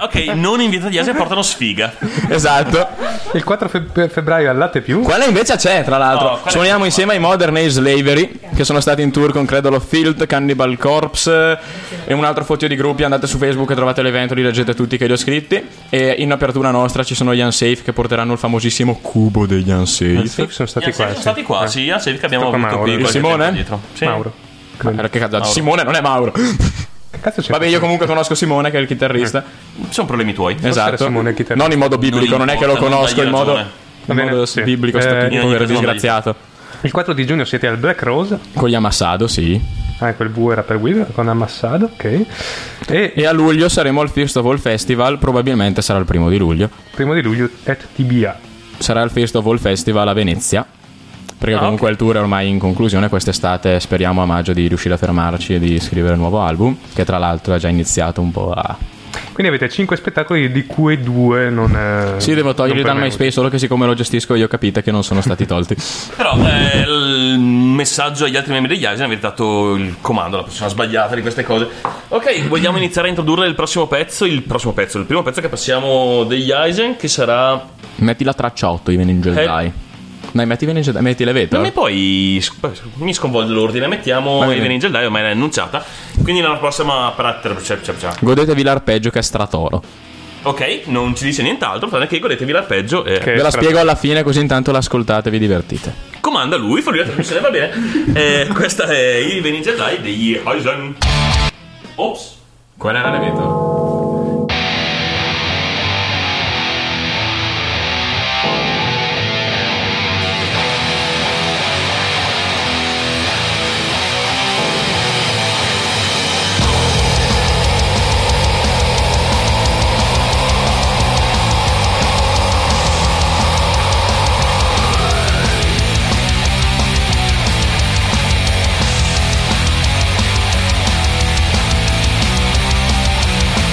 D: Ok, non invitati a portano sfiga.
H: esatto.
C: Il 4 feb- febbraio al Latte Più.
H: Quella invece c'è, tra l'altro.
C: Oh, quella
H: Suoniamo insieme ai Modern Age Slavery, che sono stati in tour con Cradle of Field, Cannibal Corpse eh, e un altro fottio di gruppi. Andate su Facebook e trovate l'evento, li leggete tutti che li ho scritti. E in apertura nostra ci sono gli Unsafe che porteranno il famosissimo cubo degli Unsafe.
C: Unsafe sono stati
H: Eh,
D: Gli Unsafe
C: qua,
D: sono stati qua, sì, gli Unsafe che abbiamo avuto qui
H: Il
D: qualche
H: Simone?
D: tempo dietro. Sì.
H: Mauro. che cazzo-
D: Mauro.
H: Simone non è Mauro. Vabbè, io comunque conosco Simone, che è il
C: Eh,
H: chitarrista.
D: Sono problemi tuoi.
H: Esatto.
C: era Simone il chitarrista.
H: non in modo biblico,
D: Non
H: non, è che lo
D: importa, non
H: conosco
D: dagli
H: in modo,
D: ragione.
H: in
C: Va bene,
H: modo
C: sì.
H: biblico,
C: Eh,
H: sto
C: ogni
H: piccolo, povero
C: cosa non dai.
H: disgraziato.
C: Il 4 di giugno siete al Black Rose.
H: Con gli Amassado, sì.
C: Ah, quel V era per Wizard con Ammassado, ok. E,
H: a luglio saremo al First of All Festival, probabilmente sarà il primo di luglio.
C: Primo di luglio at TBA.
H: Sarà il First of All Festival a Venezia. Perché comunque il tour è ormai in conclusione, quest'estate speriamo a maggio di riuscire a fermarci e di scrivere il nuovo album, che tra l'altro è già iniziato un po' a...
C: Quindi avete 5 spettacoli di cui 2 non. eh,
H: Sì, devo toglierli
C: non
H: dal
C: pervenuti.
H: MySpace, solo che siccome lo gestisco io capite che non sono stati tolti.
D: Però eh, il messaggio agli altri membri degli Asian avete dato il comando alla persona sbagliata di queste cose. Ok, vogliamo iniziare a introdurre il prossimo pezzo. Il prossimo pezzo, il primo pezzo che passiamo degli Asian, che sarà.
H: metti la traccia 8 di Venangel
D: Eh.
H: Dai. Dai, metti Venangel Dai, metti le
D: Non mi
H: vetro.
D: poi mi sconvolge l'ordine, mettiamo
H: Va bene.
D: Even Angel Dai, ormai l'hai annunciata. Quindi la prossima cioè,
H: Godetevi l'arpeggio che è stratoro.
D: Ok, non ci dice nient'altro, tranne che godetevi eh, l'arpeggio. e-
H: Ve la spiego alla fine così intanto l'ascoltate e vi divertite.
D: Comanda lui, fa lui la trasmissione, va bene. Eh, questa è Even Angel Dai degli Asian. Ops.
H: Qual era l'evento?
E: Thank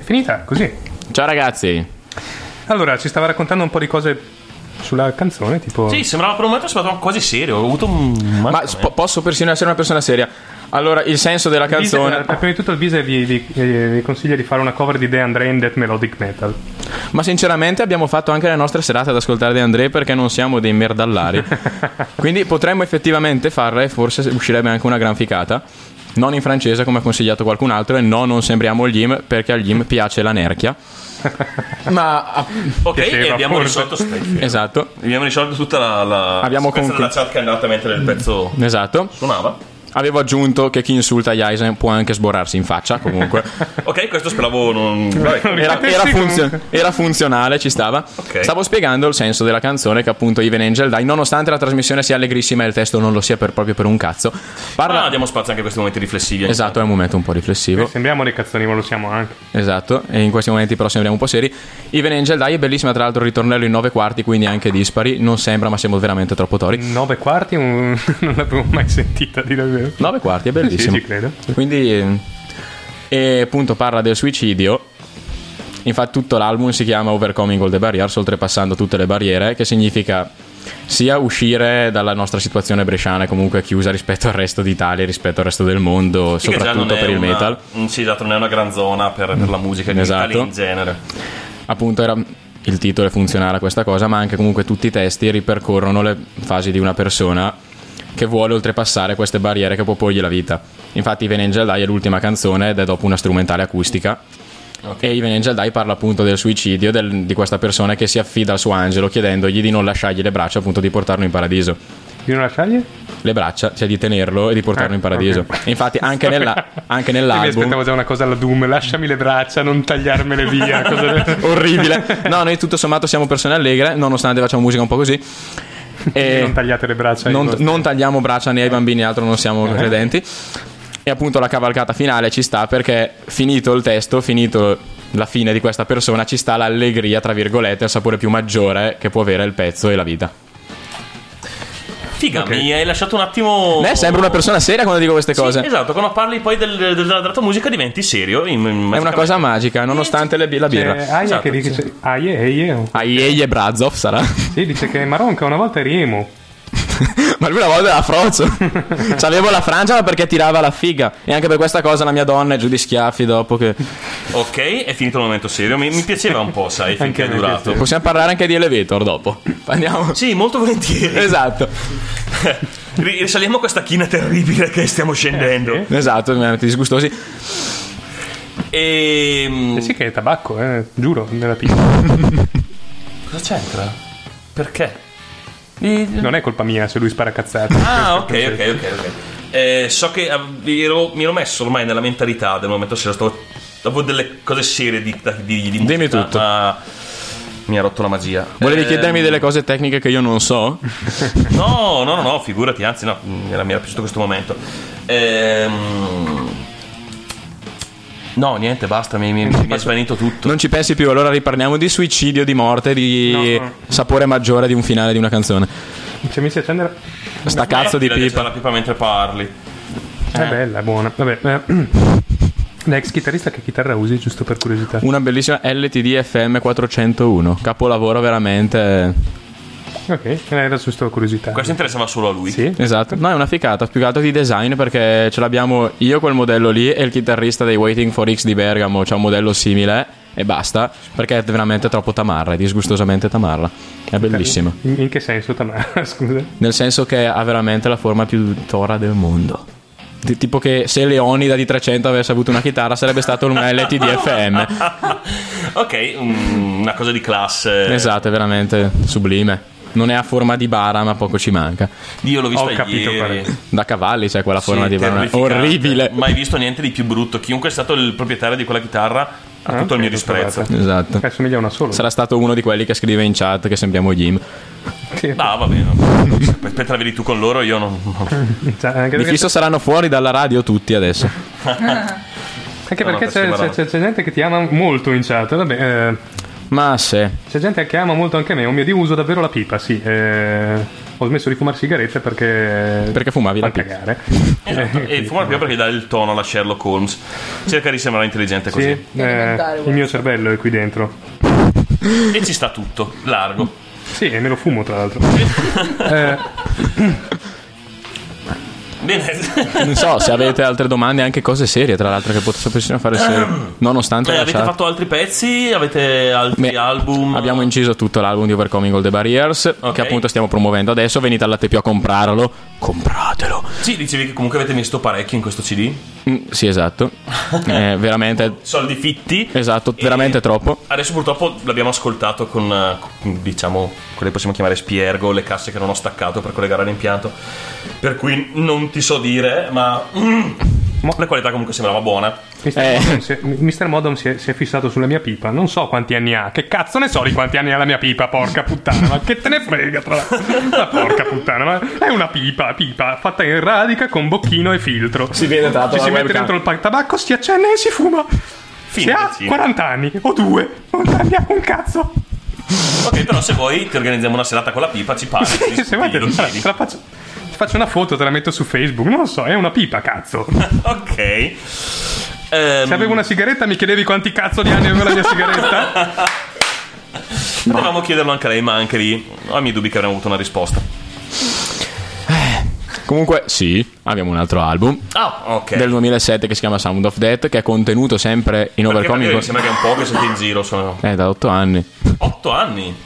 C: finita così.
H: Ciao ragazzi.
C: Allora, ci stava raccontando un po' di cose sulla canzone, tipo...
D: Sì, sembrava per un momento sembrava quasi serio. Ho avuto un. eh.
H: Ma sp- posso persino essere una persona seria. Allora, il senso della canzone.
C: Vise- eh, prima di tutto il Vise vi, vi- eh, vi consiglia di fare una cover di The Andre in Death Melodic Metal.
H: Ma sinceramente abbiamo fatto anche le nostre serate ad ascoltare De André perché non siamo dei merdallari. Quindi potremmo effettivamente farla e forse uscirebbe anche una gran ficata. Non in francese come ha consigliato qualcun altro e no, non sembriamo il Jim perché al Jim piace la nerchia. Ma
D: Ok, e abbiamo risolto
H: Esatto.
D: Abbiamo risolto tutta la, la
H: Abbiamo
D: sequenza
H: conclu-
D: della chat che è andata mentre il pezzo
H: Esatto.
D: suonava.
H: Avevo aggiunto che chi insulta Yaisen può anche sborrarsi in faccia comunque.
D: Ok, questo speravo non. vabbè,
H: Era, era funzio- era funzionale, ci stava. Stavo spiegando il senso della canzone che appunto Even Angel dai, nonostante la trasmissione sia allegrissima e il testo non lo sia per- proprio per un cazzo. Parla...
D: Ah, diamo spazio anche a questi momenti riflessivi.
H: Esatto, è un momento un po' riflessivo.
C: Sembriamo dei cazzoni, ma lo siamo anche.
H: Esatto, e in questi momenti però sembriamo un po' seri. Even Angel Dai è bellissima, tra l'altro il ritornello in 9 quarti, quindi anche dispari. Non sembra, ma siamo veramente troppo
D: Mm.
H: tori.
C: 9 quarti un- non l'avevo mai sentita di davvero.
H: 9 quarti, è bellissimo.
C: Sì, ci credo.
H: Quindi, eh, e appunto parla del suicidio. Infatti, tutto l'album si chiama Overcoming All the Barriers, oltrepassando tutte le barriere, che significa sia uscire dalla nostra situazione bresciana, comunque chiusa rispetto al resto d'Italia, rispetto al resto del mondo,
D: Sì, che già non
H: soprattutto
D: è
H: per il
D: una-
H: metal.
D: mm, Sì, esatto, non è una gran zona per, per la musica in
H: Esatto.
D: Italia in genere.
H: appunto era il titolo è funzionale a questa cosa, ma anche comunque tutti i testi ripercorrono le fasi di una persona che vuole oltrepassare queste barriere che può porgli la vita. Infatti Even Angel Die è l'ultima canzone ed è dopo una strumentale acustica. E Even Angel Die parla appunto del suicidio del- di questa persona che si affida al suo angelo chiedendogli di non lasciargli le braccia, appunto di portarlo in paradiso.
C: Di non lasciargli? Ah,
H: Le braccia, cioè di tenerlo e di portarlo in paradiso. Infatti anche, nella- anche
C: Mi
H: nell'album...
C: aspettavo già una cosa alla Doom, lasciami le braccia, non tagliarmele via. cosa-
H: orribile. No, noi tutto sommato siamo persone allegre, nonostante facciamo musica un po' così. E
C: non tagliate le braccia. ai
H: non,
C: vostri.
H: non tagliamo braccia né ai bambini, altro non siamo
D: Eh.
H: credenti. Eh, E appunto la cavalcata finale ci sta perché finito il testo, finito la fine di questa persona, ci sta l'allegria, tra virgolette, il sapore più maggiore che può avere il pezzo e la vita.
D: Figa, mi hai lasciato un attimo.
H: Beh, Eh, sembra una persona seria quando dico queste
D: Sì,
H: cose.
D: esatto, quando parli poi del- del- della, della tua musica diventi serio.
H: È
D: esatto.
H: una cosa magica, nonostante le bi- la
C: C'è
H: birra.
C: Eh, Aie che dice, Aie, Aie.
H: Aieie Brazov sarà.
C: Sì, dice che Maronca una volta eri emo.
H: Ma lui una volta era frocio. C'avevo la frangia ma perché tirava la figa. E anche per questa cosa la mia donna è giù di schiaffi dopo che...
D: Ok, è finito il momento serio. Mi, mi piaceva un po', sai, finché è durato.
H: Possiamo parlare anche di Elevator dopo. Andiamo.
D: Sì, molto volentieri.
H: Esatto.
D: Ri- Risaliamo questa china terribile che stiamo scendendo.
H: Esatto, mi avete disgustosi.
D: E... Ehm,
C: Eh sì che è tabacco, eh, giuro, nella
D: Mm.
C: pista.
D: Cosa c'entra? Perché?
C: Non è colpa mia se lui spara cazzate.
D: Ah, ok, ok, ok. ok. Eh, so che ah, mi ero, mi ero messo ormai nella mentalità del momento serio. Stavo, dopo delle cose serie di, di, di
H: Dimmi
D: musica,
H: tutto.
D: ma mi ha rotto la magia.
H: Volevi
D: Eh,
H: chiedermi delle cose tecniche che io non so?
D: No, no, no, no, figurati, anzi, no, mi era, mi era piaciuto questo momento. Ehm, No, niente, basta, mi, mi, mi è svanito tutto.
H: Non ci pensi più, allora riparliamo di suicidio, di morte, di
C: No, no.
H: sapore maggiore di un finale di una canzone.
C: Cioè, mi si accende la...
H: Sta cazzo di
D: Smettila
H: pipa.
D: accendere la pipa mentre parli.
C: È bella, è buona. Vabbè, eh, l'ex chitarrista che chitarra usi, giusto per curiosità?
H: Una bellissima LTD FM 401. Capolavoro veramente.
C: Ok, eh, era giusto curiosità.
D: Questo interessava solo a lui.
H: Esatto. No, è una ficata, più che altro di design perché ce l'abbiamo io quel modello lì e il chitarrista dei Waiting for X di Bergamo c'ha un modello simile e basta perché è veramente troppo tamarra, è disgustosamente tamarra. È bellissima.
C: In, in che senso, Tamara? Scusa.
H: Nel senso che ha veramente la forma più tora del mondo. Ti- tipo che se Leonida di 300 avesse avuto una chitarra sarebbe stato un LTD FM.
D: Ok, mm, una cosa di classe.
H: Esatto, è veramente sublime. Non è a forma di bara, ma poco ci manca.
D: Io l'ho vista
H: Ho capito
D: ieri.
H: qual è. Da cavalli Ah, c'è quella
D: Sì,
H: forma di bara.
D: terrificante.
H: Orribile.
D: Mai visto niente di più brutto. Chiunque è stato il proprietario di quella chitarra ha
C: Ah,
D: tutto il mio disprezzo.
H: Esatto.
C: Assomiglia a una sola.
H: Sarà stato uno di quelli che scrive in chat che sembriamo Jim.
D: No, Ah, va bene. Per te la vedi tu con loro, io non. non-
C: Cioè, anche
H: Di
C: perché,
H: fisso saranno fuori dalla radio tutti adesso.
C: anche
D: No,
C: perché
D: no, questo è
C: c'è, c'è-
D: imbarazzante.
C: c'è- c'è gente che ti ama molto in chat. Vabbè, eh,
H: Ma se.
C: c'è gente che ama molto anche me. Un mio di uso davvero la pipa, sì. eh, ho smesso di fumare sigarette perché.
H: Perché fumavi
C: la cagare.
D: Esatto. E fuma più perché dà il tono alla Sherlock Holmes. Cerca di sembrare intelligente
C: Sì,
D: così.
C: eh, il mio cervello è qui dentro.
D: E ci sta tutto, largo.
C: Sì, e me lo fumo tra l'altro. Eh,
D: Bene.
H: Non so se avete altre domande, anche cose serie, tra l'altro, che potessimo fare serie. Nonostante
D: Beh,
H: la
D: avete
H: chat.
D: fatto altri pezzi? Avete altri album?
H: Abbiamo inciso tutto l'album di Overcoming All the Barriers, che appunto stiamo promuovendo adesso. Venite alla TPO a comprarlo. Compratelo.
D: Sì, dicevi che comunque avete messo parecchio in questo CD.
H: Mm, sì, esatto. Eh, veramente.
D: Soldi fitti.
H: Esatto, veramente troppo.
D: Adesso purtroppo l'abbiamo ascoltato con, eh, con, diciamo, quelle possiamo chiamare spiergo, le casse che non ho staccato per collegare all'impianto. Per cui non ti so dire, ma... mm, la qualità comunque sembrava buona.
C: Mr. Modem, si è, Mr. Modem si è, si è fissato sulla mia pipa. Non so quanti anni ha. Che cazzo ne so di quanti anni ha la mia pipa, porca puttana. Ma che te ne frega, tra l'altro. Ma porca puttana, ma è una pipa, pipa, fatta in radica con bocchino e filtro. Si
H: vede tanto
C: Ci si
H: dalla
C: mette
H: webcam.
C: dentro il pack tabacco, si accende e si fuma. Si ha
D: sì.
C: 40 anni o due. Non cambiamo un cazzo.
D: Ok, però se vuoi ti organizziamo una serata con la pipa, ci parli. ti-
C: Se vuoi te,
D: lo
C: guarda,
D: chiedi.
C: te la faccio, ti faccio una foto, te la metto su Facebook. Non lo so, è una pipa, cazzo.
D: ok.
C: Se avevo una sigaretta mi chiedevi quanti cazzo di anni aveva la mia sigaretta?
D: Ehm, Potevamo chiederlo anche a lei, ma anche lì ho i miei dubbi che avremmo avuto una risposta.
H: Comunque, sì, abbiamo un altro album.
D: Ah, ok.
H: Del 2007 che si chiama Sound of Death, che è contenuto sempre in
D: Perché, perché
H: Overcoming.
D: mi sembra che è un po' che siete in giro, sono
H: Eh, da 8 anni.
D: 8 anni.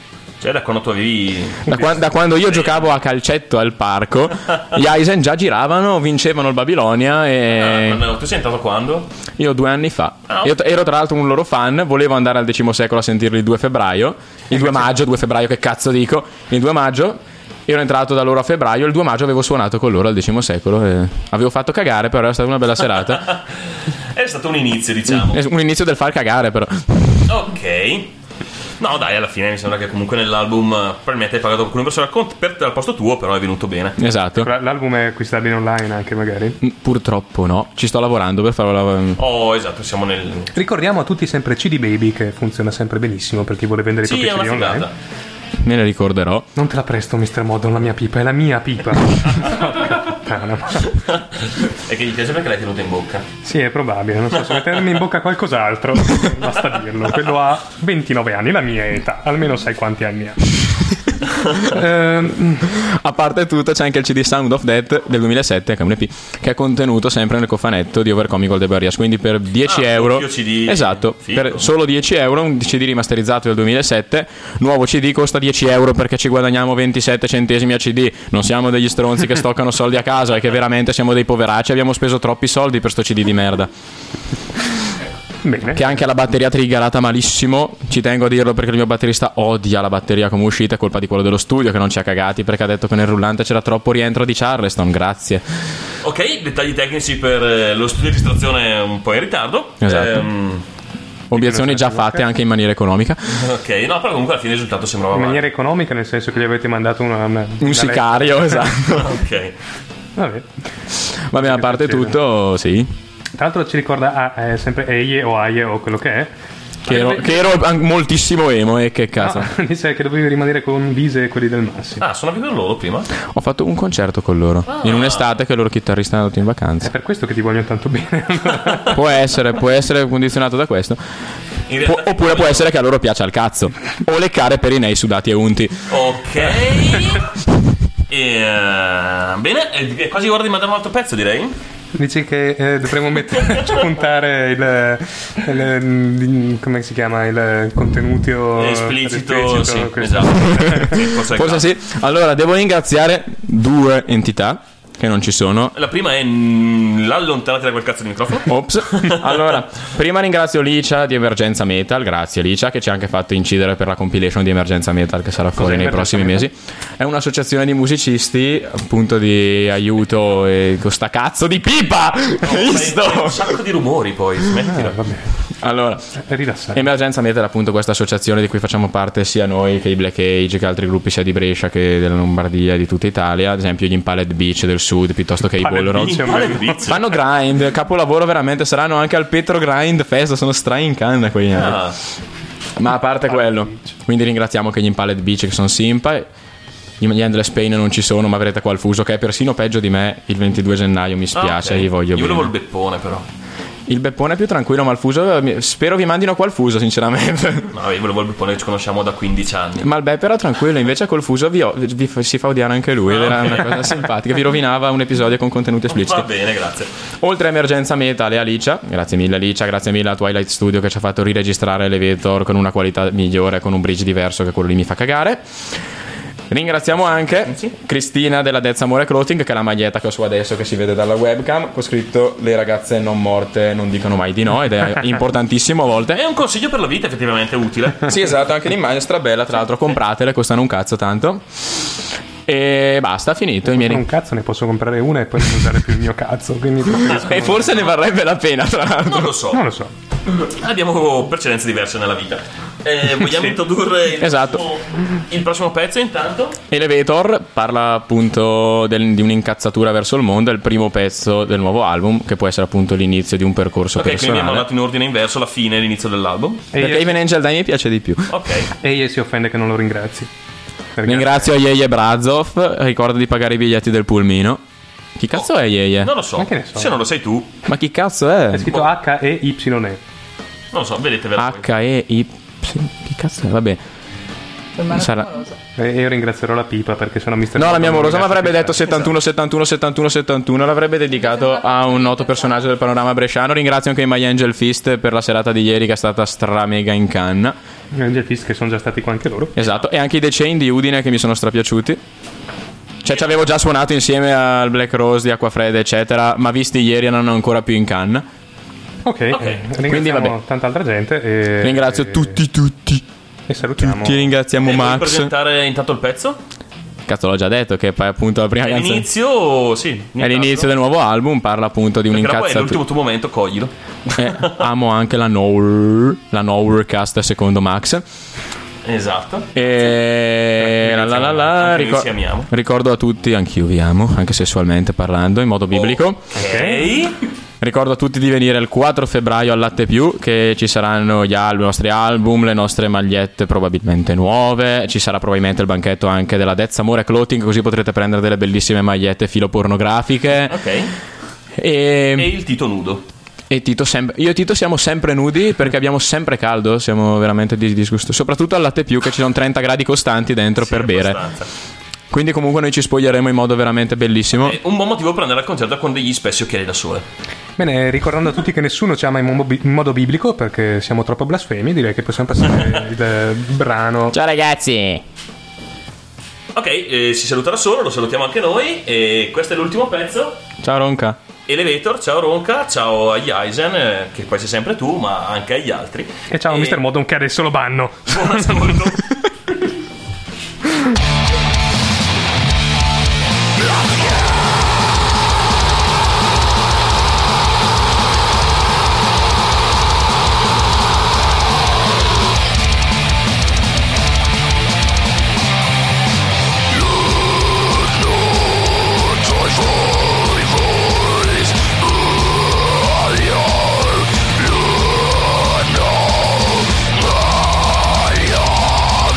D: Cioè da quando tu avevi...
H: Da, qua- da quando io giocavo a calcetto al parco, gli Eisen già giravano, vincevano il Babilonia e
D: Quando- Ah, Tu sei entrato quando?
H: io due anni fa.
D: Ah, ok.
H: Eh, Io t- ero tra l'altro un loro fan, volevo andare al decimo secolo a sentirli il 2 febbraio, il 2 maggio, 2 febbraio che cazzo dico, il 2 maggio ero entrato da loro a febbraio, il 2 maggio avevo suonato con loro al decimo secolo e avevo fatto cagare, però era stata una bella serata.
D: È stato un inizio, diciamo.
H: È Un inizio del far cagare però.
D: Ok. No, dai, alla fine mi sembra che comunque nell'album eh, probabilmente hai pagato qualcuno per solo al cont- per- al posto tuo, però è venuto bene.
H: Esatto.
C: L'album è acquistabile online anche magari.
H: Purtroppo no, ci sto lavorando per farlo lav-
D: Oh, esatto, siamo nel...
C: Ecco Ricordiamo a tutti sempre CD Baby che funziona sempre benissimo per chi vuole vendere i
D: Sì, è
C: propri
D: una
C: CD online.
D: figata.
H: Me ne ricorderò.
C: Non te la presto, Mr. Modon, la mia pipa, è la mia pipa. Porca puttana, ma-
D: E che gli piace perché l'hai tenuta in bocca.
C: sì, è probabile, non so se mettermi in bocca qualcos'altro, basta dirlo. Quello ha 29 anni, la mia età, almeno sai quanti anni ha. Ehm,
H: A parte tutto, c'è anche il CD Sound of Death del 2007, che è un EP, che è contenuto sempre nel cofanetto di Overcomic All the Barriers. Quindi per 10
D: Ah,
H: euro,
D: doppio CD.
H: esatto,
D: Figo.
H: per solo 10 euro, un CD rimasterizzato del 2007. Nuovo CD costa 10 euro perché ci guadagniamo 27 centesimi a CD. Non siamo degli stronzi che stoccano soldi a casa e che veramente siamo dei poveracci. Abbiamo speso troppi soldi per sto CD di merda.
C: Bene.
H: Che anche la batteria triggerata malissimo. Ci tengo a dirlo perché il mio batterista odia la batteria come uscita. È colpa di quello dello studio che non ci ha cagati perché ha detto che nel rullante c'era troppo rientro di Charleston. Grazie.
D: Ok, dettagli tecnici per eh, lo studio di registrazione un po' in ritardo.
H: Esatto.
D: Ehm,
H: Obiezioni già fatte anche in maniera economica.
D: ok, no, però comunque alla fine il risultato sembrava
C: In
D: male.
C: maniera economica, nel senso che gli avete mandato una... una-
H: Un
C: una
H: sicario,
C: lettera.
H: esatto.
D: Ok.
C: Vabbè.
H: Vabbè, a parte tutto, sì.
C: Tra l'altro ci ricorda ah, eh, sempre Eie o Aie o quello che è.
H: Che ero, che ero an- moltissimo emo e che cazzo.
C: No, dice che dovevi rimanere con Vise e quelli del Massimo.
D: Ah, sono con loro prima?
H: Ho fatto un concerto con loro. In un'estate che il loro chitarrista è andato in vacanza.
C: Per questo che ti voglio tanto bene.
H: Può essere, può essere condizionato da questo.
D: In
H: Può-
D: realtà-
H: oppure può essere che a loro piaccia il cazzo. O leccare per i nei sudati e unti.
D: Ok. E, eh, bene, è è quasi ora di mandare un altro pezzo, direi.
C: Dici che eh, dovremmo mettere, spuntare il, il- come si chiama il contenuto
D: Esplicito, sì,
C: questo.
D: esatto. Sì, forse è il
H: Forse
D: caso.
H: sì. Allora, devo ringraziare due entità che non ci sono.
D: La prima è mm, l'allontanati da quel cazzo di microfono.
H: Ops. Allora, prima ringrazio Licia di Emergenza Metal, grazie Licia che ci ha anche fatto incidere per la compilation di Emergenza Metal che sarà fuori nei
C: Emergenza
H: prossimi
C: Metal?
H: mesi. È un'associazione di musicisti, appunto di aiuto e con sta cazzo di pipa!
D: Fai- fai
H: Visto?
D: Un sacco di rumori poi, smettila.
C: Vabbè,
H: Allora,
C: è rilassato.
H: Emergenza Metal è appunto questa associazione di cui facciamo parte sia noi che i Black Age che altri gruppi sia di Brescia che della Lombardia e di tutta Italia, ad esempio gli Impaled Beach del sud piuttosto che i
C: Impaled
H: Ballroads.
C: Beach.
D: Quale tizio?
H: Fanno grind, capolavoro veramente, saranno anche al Petro Grind Fest, sono stra in canna quegli anni.
D: Ah,
H: Ma a parte quello, quindi ringraziamo che gli Impaled Beach che sono simpa Gli Endless Spain non ci sono, ma avrete qua il fuso, che è persino peggio di me il 22 gennaio. Mi spiace,
D: Ah, ok.
H: vi voglio
D: Io
H: bene.
D: volevo il beppone, però.
H: Il beppone è più tranquillo, ma il fuso. eh, mi- Spero vi mandino qua il fuso, sinceramente.
D: No, io volevo il beppone, ci conosciamo da 15 anni.
H: Ma il Beppe era tranquillo, invece col fuso vi o- vi fa- si fa odiare anche lui. ed Era
D: Ah, ok.
H: una cosa simpatica, vi rovinava un episodio con contenuti
D: Va
H: espliciti.
D: bene, grazie.
H: Oltre a Emergenza Metal e Alicia, grazie mille Alicia, grazie mille a Twilight Studio che ci ha fatto riregistrare l'Eventor con una qualità migliore, con un bridge diverso che quello lì mi fa cagare. Ringraziamo anche Cristina della Dezza Amore Clothing, che è la maglietta che ho su adesso, che si vede dalla webcam. Ho scritto: Le ragazze non morte non dicono mai di no, ed è importantissimo a volte.
D: È un consiglio per la vita, effettivamente utile.
H: Sì, esatto, anche l'immagine è strabella, tra l'altro compratele, costano un cazzo tanto. E basta, finito. I miei...
C: Un cazzo ne posso comprare una e poi non usare più il mio cazzo. Quindi preferisco-
H: E forse ne varrebbe la pena, tra l'altro.
D: Non lo so.
C: Non lo so.
D: Abbiamo precedenze diverse nella vita. Eh, vogliamo
H: Sì.
D: introdurre il,
H: Esatto.
D: prossimo, il prossimo pezzo intanto?
H: Elevator parla appunto del- di un'incazzatura verso il mondo, è il primo pezzo del nuovo album, che può essere appunto l'inizio di un percorso
D: ok, quindi abbiamo
H: personale.
D: andato in ordine inverso la fine e l'inizio dell'album.
H: Perché Even Angel Dai mi piace di più.
D: Ok.
C: E io si offende che non lo ringrazi.
H: Ringrazio Yeye Brazov, ricorda di pagare i biglietti del pulmino. Chi cazzo è Yeye?
D: Non lo so.
C: Ma che ne so?
D: Se non lo sai tu, non
H: Ma chi cazzo è?
C: È scritto H-E-Y-E.
D: lo so, vedete ve
I: Ah,
D: la-
H: H-E-I... Chi cazzo è? Vabbè. Sarà-
C: E io ringrazierò la pipa perché sono mister.
H: No, la
C: Bob
H: mia
C: non
H: amorosa mi avrebbe detto
C: ringrazia
H: 71, 71, 71, 71. L'avrebbe dedicato a un noto personaggio del panorama bresciano. Ringrazio anche i My Angel Fist per la serata di ieri che è stata stra mega in canna.
C: chi sta. Gli artisti che Eh, sono già stati qua anche loro.
H: Esatto. E anche i The Chain di Udine che mi sono strapiaciuti. Cioè, ci avevo già suonato insieme al Black Rose di Acquafredda, eccetera. Ma visti ieri erano ancora più in canna.
C: Ok, eh, ringraziamo
H: Quindi, vabbè.
C: tanta altra gente. E,
H: Ringrazio
C: e-
H: tutti, tutti.
C: E salutiamo.
H: Ti ringraziamo,
D: Eh, vuoi
H: Max.
D: presentare intanto il pezzo?
H: Cazzo, l'ho già detto che poi, appunto, la prima
D: È
H: canzone.
D: l'inizio, sì.
H: È l'inizio del nuovo album. Parla appunto di
D: Perché poi è
H: un'incazzatura.
D: l'ultimo tuo momento, coglilo.
H: Eh, amo anche la Nour, la Nourcast secondo Max.
D: Esatto.
H: E la la la la,
D: Eh, Anche noi
H: ricor-
D: ci amiamo.
H: ricordo a tutti, anch'io vi amo, anche sessualmente parlando, in modo biblico.
D: Oh. Ok.
H: Ricordo a tutti di venire il 4 febbraio al Latte Più, che ci saranno gli album, i nostri album, le nostre magliette probabilmente nuove, ci sarà probabilmente il banchetto anche della Dezza Amore Clothing, così potrete prendere delle bellissime magliette filopornografiche.
D: Ok.
I: Mm.
H: E...
D: E il Tito nudo.
H: E Tito sempre, io e Tito siamo sempre nudi perché abbiamo sempre caldo, siamo veramente di disgusto. Soprattutto al latte più che ci sono 30 gradi costanti dentro per bere.
D: Abbastanza.
H: Quindi comunque noi ci spoglieremo in modo veramente bellissimo.
D: È Eh, un buon motivo per andare al concerto con degli spessi occhiali da sole.
C: Bene, ricordando a tutti che nessuno ci ama in, mo- in modo biblico perché siamo troppo blasfemi, direi che possiamo passare il eh, brano.
H: Ciao ragazzi!
D: Ok, eh, si saluta da solo, lo salutiamo anche noi. E questo è l'ultimo pezzo.
H: Ciao Ronca.
D: Elevator, ciao Ronca, ciao agli Eisen, eh, che qua sei sempre tu, ma anche agli altri.
C: E
H: Eh.
C: ciao, Mr. Modon, che adesso lo banno.
D: Buon ascolto.
O: Your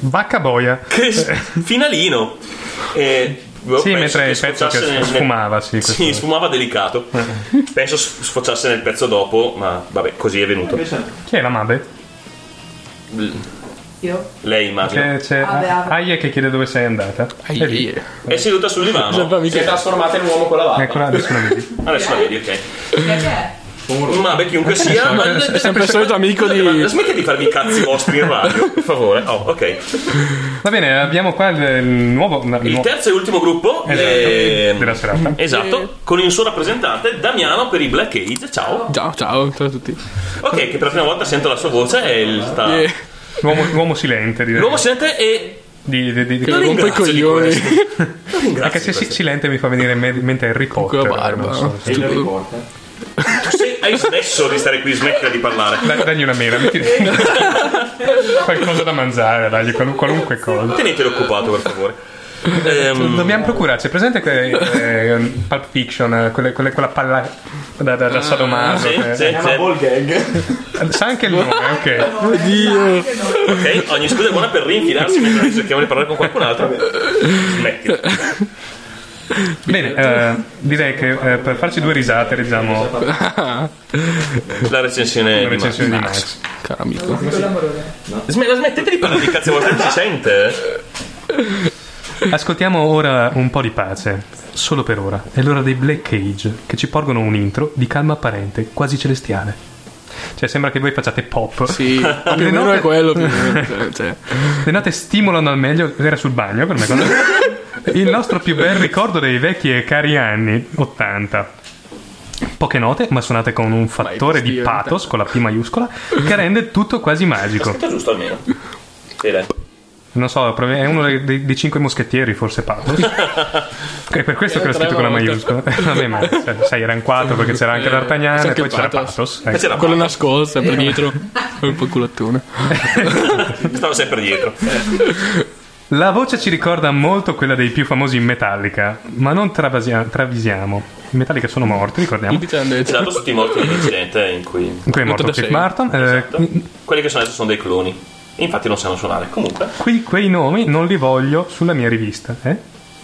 C: Vacca boia.
D: Che s- finalino. Eh, boh,
C: Sì,
D: penso
C: mentre
D: che
C: il pezzo
D: sfociasse
C: che
D: nel-
C: sfumava, sì, questo
D: sì, sfumava delicato. Penso s- sfociasse nel pezzo dopo, ma vabbè, così è venuto.
C: Chi è la Mabe?
D: L-
P: Io?
D: Lei immagino.
C: Che c'è
P: Ah, beh, ah.
C: Aie che chiede dove sei andata. È lì.
D: È seduta sul divano.
H: Si è trasformata in uomo con la barba.
C: Eccola Eh, adesso la vedi.
D: Adesso la vedi, ok. Ma beh, chiunque
H: Ma che ne
D: sia,
H: so,
D: ma-
H: è sempre il solito amico di-
D: Ma Smetti di farvi i cazzi vostri in radio, per favore. Oh, ok.
C: Va bene, abbiamo qua il, il nuovo.
D: Il terzo e ultimo gruppo
C: Esatto,
D: ehm,
C: della serata.
D: Esatto,
C: Eh.
D: con il suo rappresentante Damiano per i Black Age. Ciao.
I: Ciao, ciao, ciao a tutti.
D: Ok, che per la prima volta sento la sua voce e il sta...
C: Eh. L'uomo, l'uomo silente, direi.
D: L'uomo silente e...
C: Di, di, di, di-
D: Lo ringrazio di questo.
C: Anche se si- silente mi fa venire in me- in mente Harry Potter.
I: la barba,
C: non
I: no?
C: se-
I: Sì, Harry
D: Tu sei- hai smesso di stare qui, smettila di parlare.
C: Da- dagli una mela, metti qualcosa da mangiare, dagli qualu- qualunque cosa.
D: Tenetelo occupato, per favore. Ehm,
C: Dobbiamo procurarci, presente que- eh, Pulp Fiction, eh, quelle- quelle- quella palla da, da, da sadomaso.
D: Ah, sì,
C: che-
D: sì, sì.
C: Sa anche il nome, ok.
I: Oddio.
D: Ok, ogni scusa è buona per rinfilarsi mentre cerchiamo di parlare con qualcun altro. Smettila.
C: Bene, eh, direi che eh, per farci due risate leggiamo
D: La recensione,
C: la recensione di
D: di
C: Max.
I: Caro amico.
D: Max. Sme- la smettete di parlare di cazzi vostri, non si sente.
C: Ascoltiamo ora un po' di pace, solo per ora. È l'ora dei Black Cage che ci porgono un intro di calma apparente, quasi celestiale. Cioè, sembra che voi facciate pop.
I: Sì, più
C: Le
I: o meno
C: note-
I: è quello. Più o meno, cioè, cioè.
C: Le note stimolano al meglio. Era sul bagno per me. quando- Il nostro più bel ricordo dei vecchi e cari anni 80. Poche note, ma suonate con un fattore di pathos con la P maiuscola che rende tutto quasi magico.
D: Aspetta giusto almeno. Sì, dai.
C: Non so, prov- è uno dei, dei- dei cinque moschettieri, forse Pathos. è per questo che l'ho scritto con la maiuscola. Vabbè, ma cioè, sai, erano quattro perché c'era anche
I: Sa
C: D'Artagnan e
I: che
C: poi c'era
I: pathos.
C: Pathos.
I: Eh,
C: ecco.
I: Quello nascosto, per dietro. Con un po' culattone.
D: Stavo sempre dietro.
C: La voce ci ricorda molto quella dei più famosi in Metallica, ma non travasia- travisiamo. I Metallica sono morti, ricordiamo.
D: C'è dato tutti i morti nell'incidente in cui...
C: In cui è morto Cliff Martin. eh,
D: Quelli che sono adesso sono dei cloni. E infatti non sanno suonare. Comunque,
C: quei, quei nomi non li voglio sulla mia rivista. eh.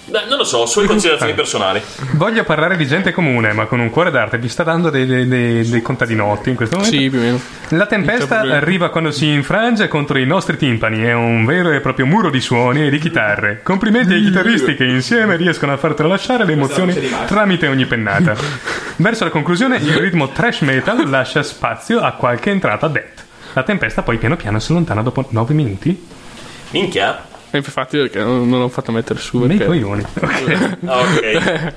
D: dai, non lo so, sue considerazioni personali.
C: Voglio parlare di gente comune, ma con un cuore d'arte. Vi sta dando dei, dei, dei- dei contadinotti in questo momento?
I: Sì, più o meno.
C: La tempesta arriva quando si infrange contro i nostri timpani, è un vero e proprio muro di suoni e di chitarre. Complimenti ai chitarristi che insieme riescono a far tralasciare le emozioni tramite ogni pennata. Verso la conclusione il ritmo thrash metal lascia spazio a qualche entrata death. La tempesta poi piano piano si allontana dopo 9 minuti.
D: Minchia.
I: E infatti perché non, non l'ho fatto mettere su.
C: Bei
I: Perché...
C: coglioni. Ok.
D: Ah, ok.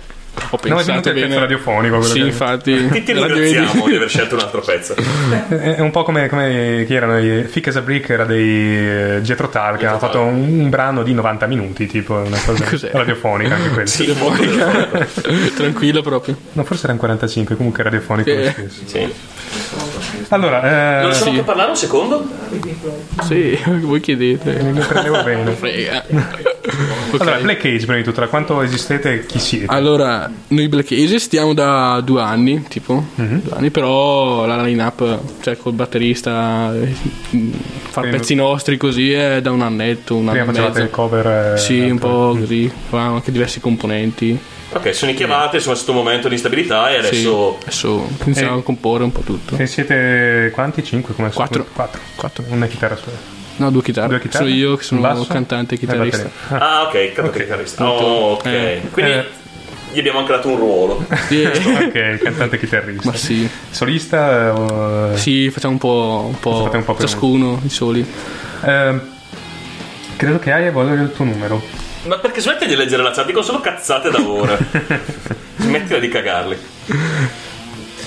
I: Ho
C: Nove minuti
I: pensato
C: è il
I: bene.
C: pezzo radiofonico, quello
I: Sì,
C: che-
I: infatti.
D: Ti, ti
I: Radio
D: ringraziamo
I: Edit.
D: di aver scelto un altro pezzo.
C: È un po' come, come chi erano i Thick as a Brick, era dei eh, Jethro Tull, che hanno fatto un, un brano di 90 minuti, tipo una cosa
I: Cos'è?
C: radiofonica anche quello.
D: Sì, molto.
I: Tranquillo proprio.
C: No, forse erano 45, comunque radiofonico lo
I: Sì.
C: stesso.
D: Sì.
C: Allora, eh,
D: Non sono
I: sì.
D: più parlare un secondo?
I: Sì, voi chiedete.
C: mi prendevo bene.
I: Frega.
C: Allora,
I: Ok.
C: Black Cage, prima di tutto, da quanto esistete e chi siete?
I: Allora, noi Black Ace stiamo da due anni, tipo,
C: Mhm.
I: due anni, però la line-up, cioè col batterista, eh, mm, far
C: Prima-
I: pezzi nostri così è da un annetto, un anno
C: Prima
I: e
C: facevate il
I: mezzo.
C: cover. eh,
I: Sì, un po' così, avevamo anche diversi componenti.
D: Ok, sono chiamate, sono stato un momento di instabilità e
I: Sì,
D: adesso...
I: adesso iniziamo
C: E-
I: a comporre un po' tutto.
C: E siete quanti? 5? Come
I: Quattro.
C: Quattro.
I: Quattro.
C: Una chitarra sola.
I: No, due chitarre.
C: Due chitarre?
I: Sono io che sono
C: Basso? Eh,
I: cantante e
C: E batteria.
I: chitarrista.
D: Ah, ok, capo chitarrista. Oh, ok.
I: Eh.
D: Quindi
C: Eh.
D: gli abbiamo anche dato un ruolo.
I: Sì,
C: Ok, cantante e chitarrista.
I: ma sì.
C: Solista? eh, o-
I: Sì, facciamo un po', un po'
C: Fate un po' per
I: ciascuno, i soli.
C: Eh, credo che Aya voglia il tuo numero.
D: Ma perché smetti di leggere la chat? Dico solo cazzate da ora. Smettila di cagarli.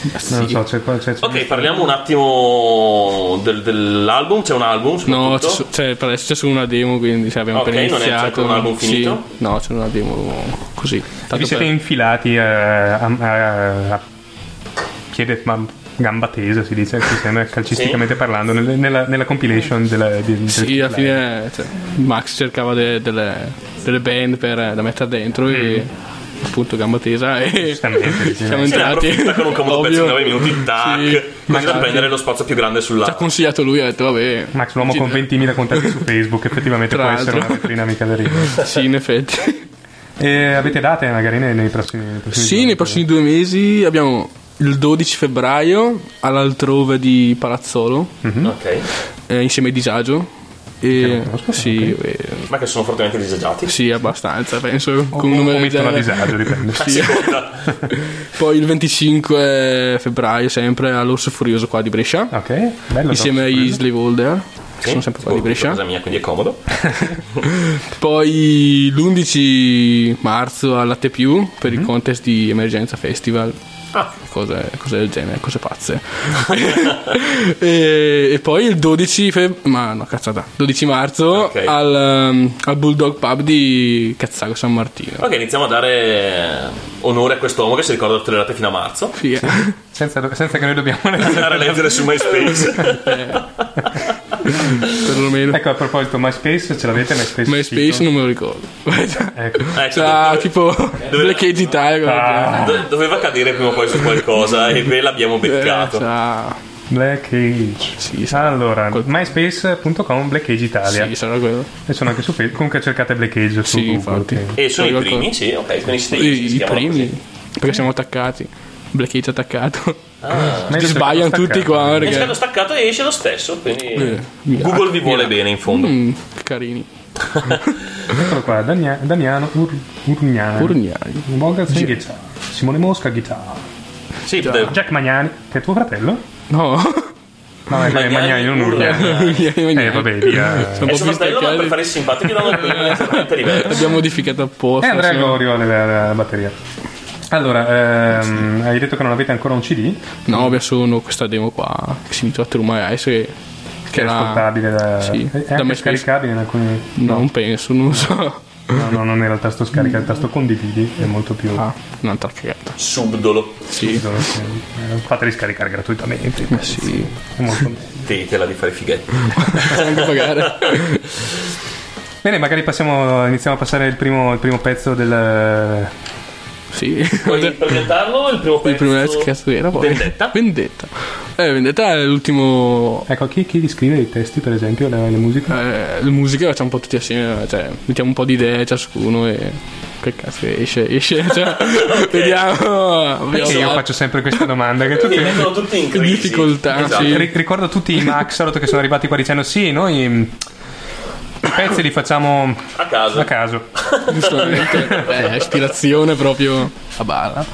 C: Non lo so, c'è, qua- c'è, c'è-
I: Eh.
D: Ok, parliamo un attimo del- dell'album. C'è un album
I: No,
D: soprattutto?
I: c'è, so- cioè, per adesso c'è solo una demo, quindi cioè, abbiamo
D: Ok,
I: appena
D: non è- c'è
I: iniziato.
D: ancora un album
I: Sì,
D: finito?
I: no, c'è una demo così. Tanto
C: Vi siete
I: per-
C: infilati eh, a, a- a piede ma gamba tesa, si dice, si sembra calcisticamente parlando, nel- nella, nella compilation della, di- del-
I: Sì, alla
C: Mm.
I: fine cioè, Max cercava de- delle, delle band per- da mettere dentro e appunto gamba tesa e siamo
D: Sì, ne
I: entrati.
D: approfitta con un comodo pezzo di 9 minuti, tac, così da
I: infatti.
D: prendere lo spazio più grande sul
I: Ci ha
D: lato.
I: consigliato lui, ha detto vabbè.
C: Max, l'uomo con 20.000 contatti su Facebook, effettivamente
I: Tra
C: può essere
I: l'altro.
C: una vetrina mica da ridere.
I: Sì, in effetti.
C: E avete date magari nei, nei prossimi, nei prossimi
I: Sì, nei prossimi due mesi abbiamo il 12 febbraio all'altrove di Palazzolo,
C: Mm.
D: Ok.
I: eh, insieme ai Disagio. E, sì, eh,
D: Ma che sono fortemente disagiati.
I: sì, abbastanza, penso. con
D: o-
I: un numero
D: o
I: del
D: mettono a
I: genere.
D: disagio, dipende.
I: Sì. Poi il 25 febbraio, sempre all'Orso Furioso qua di Brescia.
D: Ah,
C: Ok, bello.
I: Insieme agli Slaveholder, che eh. sono sempre qua di Brescia.
D: Casa mia, quindi è comodo.
I: Poi l'11 marzo a Latte Più per
D: Mhm.
I: il contest di Emergenza Festival.
D: Ah.
I: Cose, cose del genere, cose pazze. e, e poi il 12 feb- ma no, cazzata. 12 marzo al, um, al Bulldog Pub di Cazzago San Martino.
D: Ok, iniziamo a dare eh, onore a quest'uomo che si ricorda tutte le date fino a marzo.
I: eh.
C: Senza, senza che noi dobbiamo
D: Andare a leggere su MySpace.
I: Perlomeno.
C: Ecco, a proposito, MySpace, ce l'avete MySpace?
I: MySpace non me lo ricordo.
C: Ecco.
I: C'ha tipo Black Age Italia. quella
C: Ah,
I: gente.
D: Do- doveva cadere prima o poi su qualcosa e ve
I: Eh,
D: l'abbiamo beccato.
I: cioè,
C: Black Age. allora, myspace.com Black Age Italia.
I: Sì, sarà quello.
C: E sono anche su Facebook. Comunque cercate Black Age su Google. ok.
D: E sono i
I: Qualcosa.
D: primi, sì, ok, quindi siete
I: I-
D: si
I: I
D: chiamano
I: primi.
D: così.
I: Perché siamo attaccati. Black Age attaccato.
D: Ah.
I: Ci sbagliano tutti qua.
D: È stato
I: Perché...
D: staccato e esce lo stesso, quindi
I: Eh,
D: Google vi vuole bene in fondo.
I: Mm, carini.
C: Eccolo qua, Dania- Damiano Ur- Urgnani.
I: Urgnani.
C: Bogazzi,
I: Gi-
C: chitarra. Simone Mosca, chitarra.
D: Sì,
C: Jack, Magnani, che è tuo fratello?
I: No.
C: No, è Magnani, non Urgnani. eh, vabbè, via.
D: E suo fratello,
I: eh.
D: ma per fare i simpatici, da una esattamente diversa.
I: Abbiamo modificato
C: E
I: apposta.
C: Andrea
I: sì.
C: Gorio alla, alla batteria. Allora, ehm, hai detto che non avete ancora un CD?
I: No, abbiamo solo questa demo qua. Che si intitola Truma Ice. Che,
C: Che è
I: era-
C: ascoltabile da...
I: Ah, Sì,
C: è
I: da
C: anche
I: MySpace.
C: scaricabile in alcuni...
I: Non penso, non so.
C: No, no, non era il tasto scarica, il tasto condividi è molto più...
I: Ah, un'altra cagata.
D: Subdolo.
I: Sì. Eh,
C: Fateli scaricare gratuitamente.
I: sì.
C: È molto meglio.
D: Tetela di fare fighetti.
I: anche pagare.
C: Bene, magari passiamo, iniziamo a passare il primo, il primo pezzo del...
I: Sì.
D: Puoi presentarlo il primo
I: Il
D: pezzo.
I: primo pezzo che cazzo era poi?
D: Vendetta.
I: Vendetta. Eh, Vendetta è l'ultimo.
C: Ecco, chi, chi scrive i testi, per esempio, le, le musiche?
I: Eh, le musiche le facciamo un po' tutti assieme, cioè mettiamo un po' di idee ciascuno e. Che cazzo esce, esce. Cioè, Vediamo.
C: Perché io faccio sempre questa domanda che tutti...
D: Mi mettono tutti in crisi.
I: Difficoltà,
D: Esatto.
I: sì.
C: Ri- ricordo tutti i Maxorot che sono arrivati qua dicendo sì, noi mm, i pezzi li facciamo
D: A caso.
C: a caso.
I: Giustamente. Eh, ispirazione proprio a balla.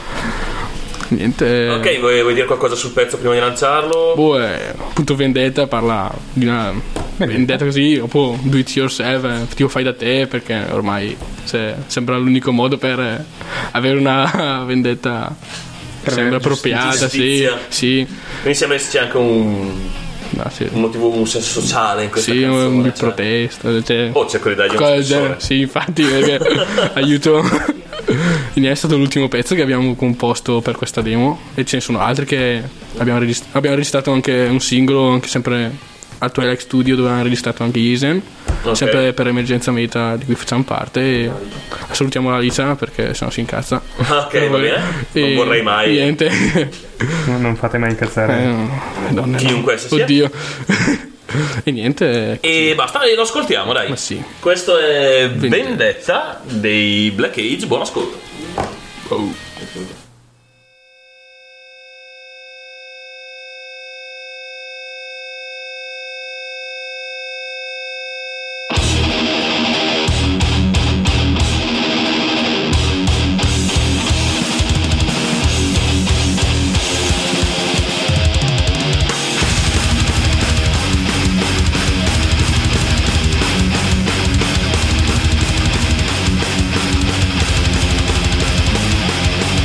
I: Niente.
D: Ok, vuoi, vuoi dire qualcosa sul pezzo prima di lanciarlo?
I: Boh, eh, appunto vendetta parla di una vendetta così, dopo do it yourself, eh, tipo fai da te perché ormai se- sembra l'unico modo per eh, avere una vendetta che
D: Per
I: sembra
D: giustizia.
I: appropriata, sì,
D: Giustizia.
I: sì,
D: Quindi sembra che ci sia anche un,
I: no, sì,
D: un motivo, un senso sociale in questa
I: sì
D: canzone. cioè.
I: un di protesta, cioè,
D: Oh, cerco di dargli un
I: cosa del
D: sensore.
I: genere, sì infatti perché aiuto. Quindi è stato l'ultimo pezzo che abbiamo composto per questa demo e ce ne sono altri che abbiamo, regist- abbiamo registrato anche un singolo, anche sempre al Twilight Studio dove hanno registrato anche Isen,
D: Ok.
I: sempre per Emergenza Meta di cui facciamo parte e salutiamo la Licia perché sennò si incazza.
D: Ok, va bene. eh. Non vorrei mai. Eh.
I: Niente.
C: Non, non fate mai incazzare.
I: Eh, no. Madonna,
D: Chiunque sia.
I: Oddio. e niente. eh,
D: E basta, e lo ascoltiamo, dai.
I: Ma sì.
D: Questo è
I: Vendetta.
D: Vendetta dei Black Age, buon ascolto.
I: oh.
P: Thank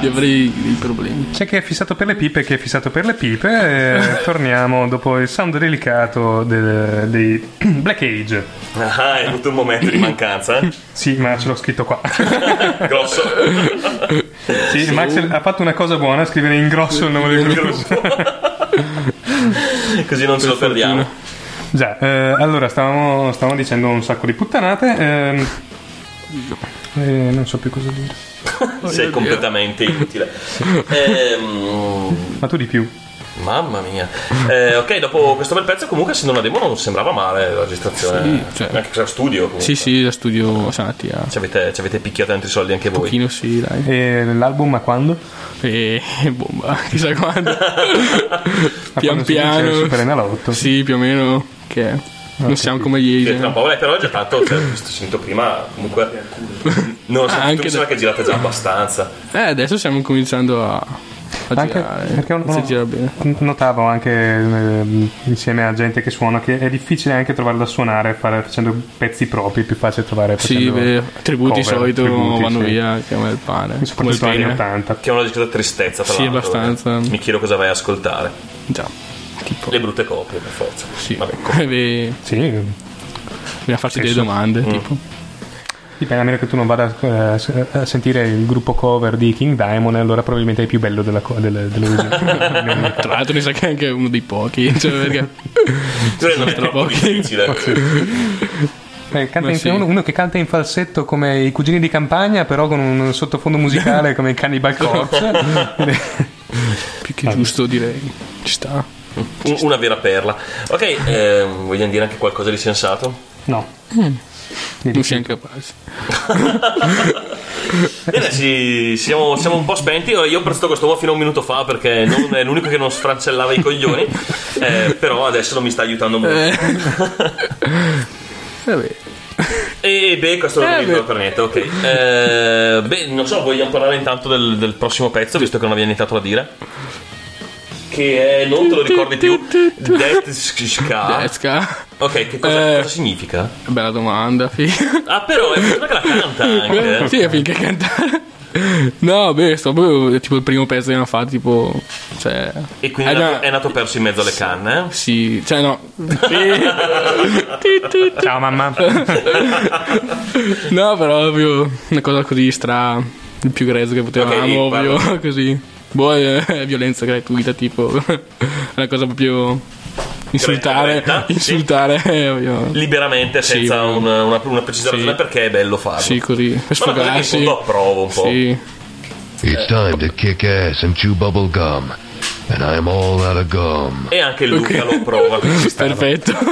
I: Io avrei dei problemi.
C: C'è chi è fissato per le pipe, chi è fissato per le pipe. E torniamo dopo il sound delicato de- dei Black Age.
D: Ah, hai avuto un momento di mancanza. eh?
C: Sì, ma ce l'ho scritto qua.
D: Grosso.
C: Sì, Max ha fatto una cosa buona, scrivere in grosso il nome del gruppo.
D: Così non ce lo perdiamo.
C: Già, eh, allora stavamo, stavamo dicendo un sacco di puttanate. ehm, eh, non so più cosa dire.
I: Oh
D: Sei completamente inutile. Ehm,
C: Ma tu di più.
D: Mamma mia. Eh, ok, dopo questo bel pezzo, comunque, essendo una demo, non sembrava male la registrazione.
I: Sì, cioè-
D: Anche se studio. Comunque.
I: Sì, sì, da studio Sanati a
D: Ci avete, ci avete picchiato tanti soldi anche voi.
I: pochino sì, dai.
C: E l'album a quando?
I: E bomba, chissà quando. pian
C: quando si
I: piano.
C: vince il Super Enalotto.
I: Sì, più o meno. Che
C: Ah,
I: non siamo come eh. gli
D: Sì, tra un po', vabbè, però già tanto, cioè, questo sentito prima, comunque. Non lo so,
I: Ah,
D: tu
I: anche
D: mi sembra
I: da-
D: che girate già abbastanza.
I: Eh, adesso stiamo cominciando a, a girare.
C: perché un-
I: si
C: uno-
I: gira bene.
C: Notavo anche ehm, insieme a gente che suona che è difficile anche trovare da suonare fare- facendo pezzi propri, è più facile trovare
I: Sì,
C: facendo
I: beh, tributi
C: cover,
I: solito
C: tributi,
I: vanno
C: sì.
I: via, chiama il pane.
C: Soprattutto
I: Come il
C: anni
I: pene.
C: 80.
D: Che è una discreta tristezza, tra
I: Sì,
D: l'altro. eh.
I: abbastanza.
D: Mi chiedo cosa vai a ascoltare.
I: Già.
D: Le brutte copie, per forza.
I: Sì,
D: Vabbè,
I: beh,
C: Sì,
I: dobbiamo farci delle
C: Sì, sì.
I: domande.
D: Mm.
I: Tipo.
C: Dipende, a meno che tu non vada eh, a, sentire il gruppo cover di King Diamond, allora probabilmente è più bello della, co- del- dell'originale.
I: Tra l'altro, mi sa che è anche uno dei pochi. Cioè, perché
D: Cioè, non è troppo difficile.
C: Eh, canta
I: Ma
C: in-
I: sì.
C: uno, uno che canta in falsetto come i cugini di campagna, però con un sottofondo musicale come i Cannibal Corpse.
I: più che giusto, direi. Ci sta.
D: Un- Una vera perla. Ok, ehm, vogliamo dire anche qualcosa di sensato?
C: no.
I: Non siamo capaci.
D: Bene, sì, siamo, siamo un po' spenti. Ora, io ho prestato questo uomo fino a un minuto fa perché non è l'unico che non sfrancellava i coglioni. eh, però adesso non mi sta aiutando molto.
I: Eh. Vabbè.
D: E beh, questo non mi ricordo per niente, ok. Eh, beh, non so, vogliamo parlare intanto del, del prossimo pezzo, visto che non abbiamo iniziato a dire. Che è, non te lo ricordi più, Death Ska.
I: Esca.
D: Ok, che cosa,
I: Eh.
D: cosa significa?
I: Bella domanda, figa.
D: Ah, però è una che la canta anche. eh.
I: Sì, finché cantare. No, beh, sto proprio tipo il primo pezzo che hanno fatto, tipo. Cioè.
D: E quindi è
I: Eh,
D: nato,
I: no.
D: è nato perso in mezzo alle canne.
I: Sì, cioè no.
C: Ciao mamma.
I: No, però proprio una cosa così stra. Il più grezzo che potevamo,
D: Ok, parla.
I: proprio così. Boh, è, è violenza gratuita, tipo. Una cosa proprio. Insultare.
D: Greta, sì.
I: insultare, eh, ovvio.
D: Liberamente,
I: Sì,
D: senza
I: ma-
D: una, una, una precisa
I: Sì.
D: ragione, perché è bello farlo.
I: Sì, così. Per
D: Ma una cosa che in
I: sfogarsi.
D: fondo approvo un po'.
I: Sì.
P: It's time to kick ass and chew bubble gum. And I'm all out of gum.
D: E anche Luca
I: Ok.
D: lo prova. quindi sta-
I: Perfetto.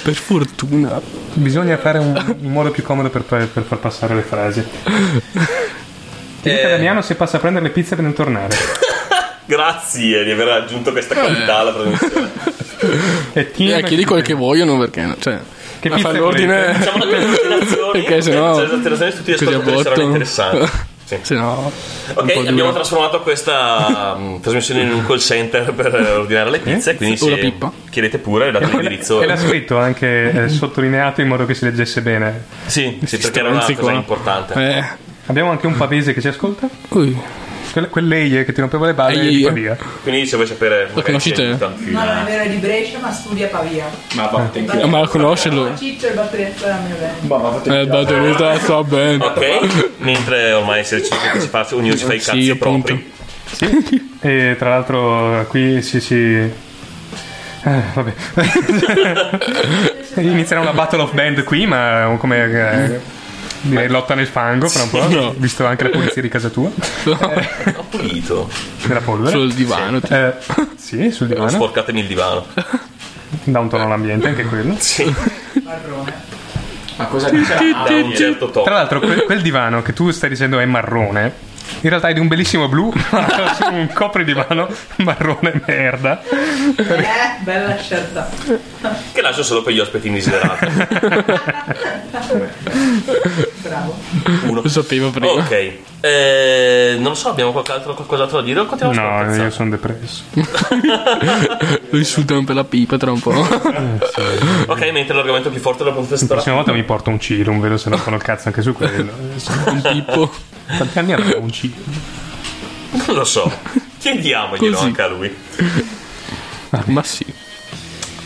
I: per fortuna.
C: Bisogna fare un, un modo più comodo per, per far passare le frasi. Ti dica Damiano se passa a prendere le pizze per non tornare.
D: Grazie di aver aggiunto questa qualità alla trasmissione.
C: E Tim,
I: Eh, chiedi quel che vogliono perché. no, Cioè,
C: Che
I: ma
C: pizza
I: fa
C: volete?
I: l'ordine.
D: Facciamo una considerazione.
I: Perché sennò-
D: Cioè, la considerazione su tutti gli
I: così a
D: ascoltatori sarà
I: botto.
D: interessante. Sì.
I: Se no. un
D: Ok,
I: po' dura.
D: abbiamo trasformato questa mm, trasmissione in un call center per eh, ordinare le pizze, quindi
I: O la
D: se
I: pippa.
D: chiedete pure, date l'indirizzo.
C: E l'ha scritto anche eh, sottolineato in modo che si leggesse bene.
D: Sì, sì, perché era una
I: stronzi
D: cosa
I: qua.
D: importante.
I: Eh.
C: Abbiamo anche un pavese che ci ascolta.
I: Ui.
C: Quelle, quell'eie che ti rompeva le balle
I: Eie.
C: e va via.
D: Quindi se vuoi sapere... magari
I: conoscete?
D: chi è il
F: No, non è
D: tanfino.
F: vero, è di Brescia, ma studia a Pavia.
I: Eh, Ma la conosce lui?
F: Ciccio e il batterista della mia band.
I: Eh, batterista sta bene.
D: Ok, mentre ormai se ci, che si fa, ognuno si fa i
I: Sì,
D: cazzi
I: appunto.
D: propri.
C: E tra l'altro qui si si. Eh, vabbè. Inizierà una battle of band qui, ma come. eh, direi lotta nel fango fra un po',
I: no.
C: visto anche la pulizia di casa tua, Eh,
D: Ho pulito.
C: della polvere.
I: Sul divano. tipo.
C: Eh, sì, sul
D: Non
C: divano,
D: sporcatemi il divano.
C: dà un tono all'ambiente anche quello.
D: Sì,
Q: Ma cosa dice?
D: da un certo
C: Tra
D: tono.
C: l'altro, que- quel divano che tu stai dicendo è marrone, in realtà è di un bellissimo blu, ma su un copridivano marrone merda.
F: Eh, bella scelta.
D: Che lascio solo per gli ospiti indesiderati.
F: Bravo.
D: Uno.
I: Lo sapevo prima.
D: Ok, eh, non lo so, abbiamo qualche altro- qualcos'altro da dire o continuiamo a
C: No,
D: scherzare?
C: io sono depresso.
I: Lo insultano per la pipa tra un po'.
C: Eh,
D: Ok, mentre l'argomento più forte della puntata
C: La
D: sarà
C: prossima volta mi porto un cilum, vedo se non fanno il cazzo anche su quello.
I: Un pippo.
C: Quanti anni aveva Uncino?
D: Non lo so. Chiediamoglielo
C: Così.
D: anche a lui.
I: Ma sì.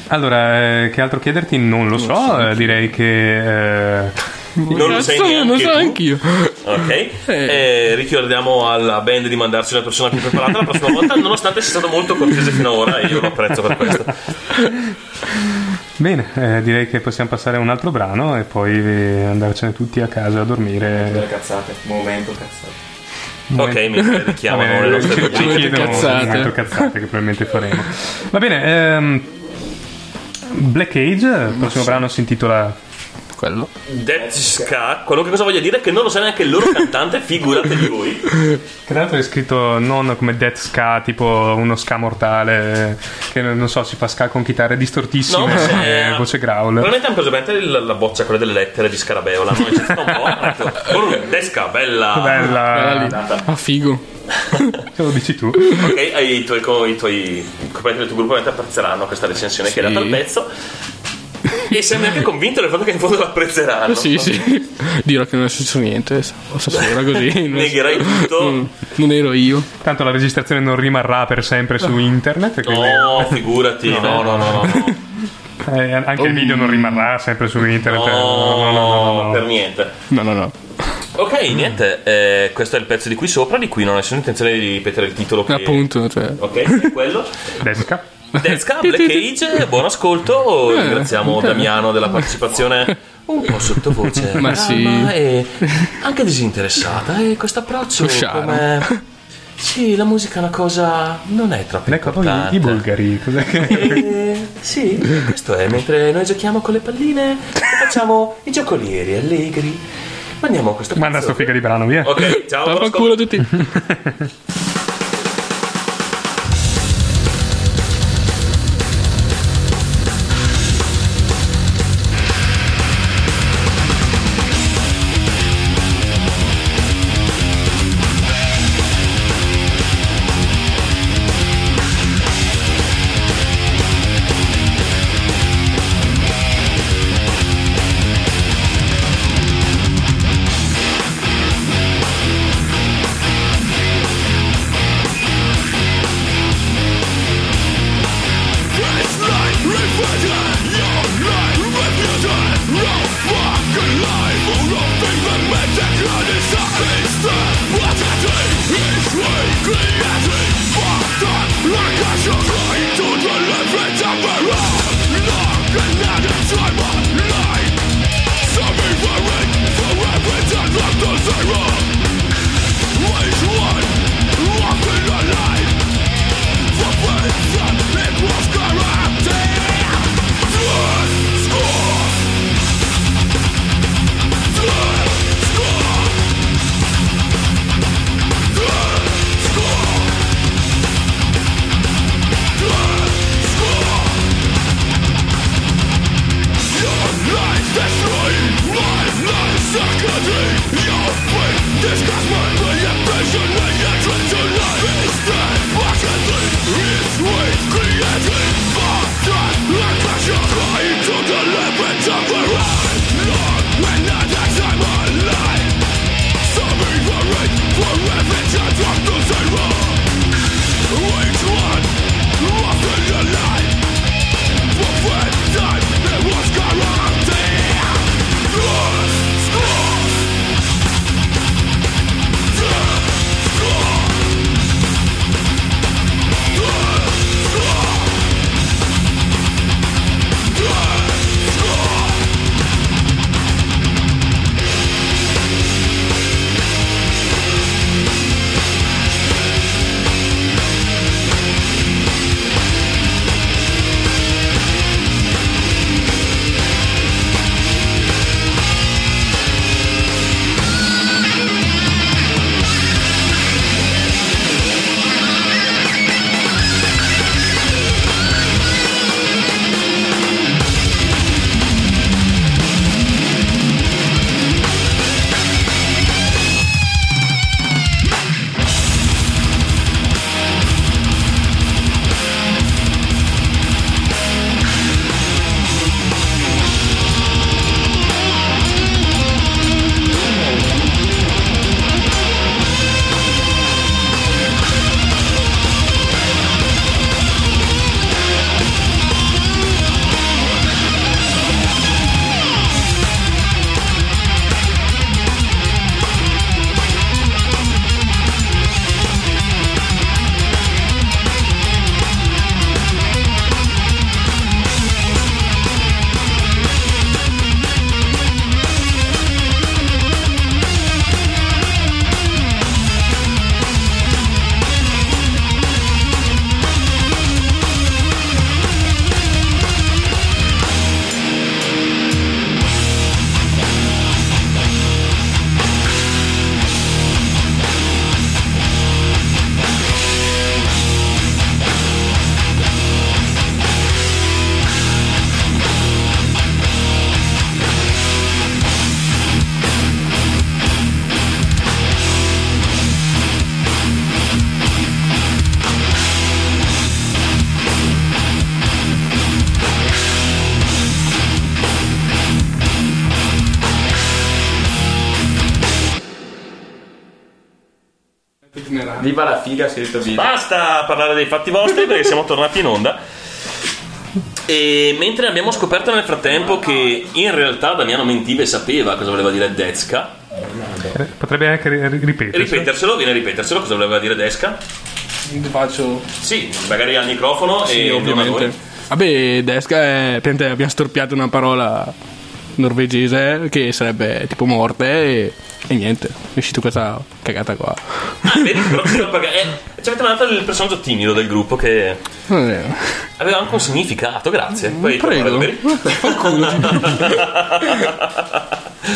C: Allora, eh, che altro chiederti? Non lo so, eh, direi che... eh,
D: Non lo sai neanche
I: non so
D: tu?
I: anch'io.
D: Ok, Eh, ricordiamo alla band di mandarci una persona più preparata la prossima volta, nonostante sia stato molto cortese fino ad ora e io lo apprezzo per questo.
C: Bene, eh, direi che possiamo passare a un altro brano e poi eh, andarcene tutti a casa a
Q: Delle
C: dormire.
Q: cazzate. Momento cazzate.
D: Ok, mi richiamano le nostre
C: ci
D: voci.
C: chiedono un momento cazzate che probabilmente faremo. Va bene, ehm, Black Age, il prossimo brano si intitola...
I: Quello?
D: Death Ska, qualunque cosa voglia dire, che non lo sa neanche il loro cantante, figuratevi voi.
C: Che tra l'altro è scritto non come Death Ska, tipo uno ska mortale, che non so, si fa ska con chitarre
D: No,
C: distortissime
D: ma eh. se-
C: e voce growl.
D: Probabilmente hanno preso bene la, la boccia, quella delle lettere di Scarabeo. L'hanno recitata un po'. hanno detto, "Brr, Desca, bella.
C: Bella.
I: Ah, figo.
C: Ce lo dici tu.
D: Ok, eh, i tuoi, co- i tuoi compagni del tuo gruppo ovviamente apprezzeranno questa recensione che hai dato al pezzo. E sembri anche convinto del fatto che in fondo l'apprezzeranno.
I: sì, sì. Dirò che non è successo niente eh, s- stasera così. non-
D: Negherai tutto.
I: Mm, Non ero io.
C: Tanto la registrazione non rimarrà per sempre su internet. Quindi...
D: No, figurati. No, no, no, no. no.
C: Eh, anche il video non rimarrà sempre su internet.
D: No, per niente.
I: No, no, no.
D: Ok, niente. eh, questo è il pezzo di qui sopra, di cui non ho nessuna intenzione di ripetere il titolo. Che...
I: Appunto, cioè.
D: Ok, è quello.
C: Desca.
D: Desca, Black Cage, buon ascolto. Ringraziamo Damiano della partecipazione un po' sottovoce.
I: Ma sì.
D: calma E anche disinteressata. E questo approccio
I: Sciara.
D: come... Sì, la musica è una cosa... non è troppo
C: Ecco, poi i-
D: importante.
C: i bulgari, cos'è che...
D: Eh, sì, questo è mentre noi giochiamo con le palline facciamo i giocolieri allegri. Mandiamo a questo
C: Manda sto figa di brano, via.
D: Ok, ciao.
I: Fa culo a tutti.
R: Score!
Q: Viva la figa, si è detto bene.
D: Basta parlare dei fatti vostri perché siamo tornati in onda. E mentre abbiamo scoperto nel frattempo che in realtà Damiano mentiva e sapeva cosa voleva dire Dezka,
C: Potrebbe anche ri- ri- ripetere.
D: ripeterselo, viene a ripeterselo cosa voleva dire Desca.
I: Faccio.
D: Sì, magari al microfono
I: Sì,
D: e
I: ovviamente. Vabbè, Desca è. praticamente abbiamo storpiato una parola norvegese eh, che sarebbe tipo morte e, e niente. È uscito questa cagata qua.
D: Ah, Vedi, però, però perché eh, ci avete mandato il personaggio timido del gruppo che
I: Non è vero.
D: aveva anche un significato, grazie. Poi
I: Prego.
D: tornare per-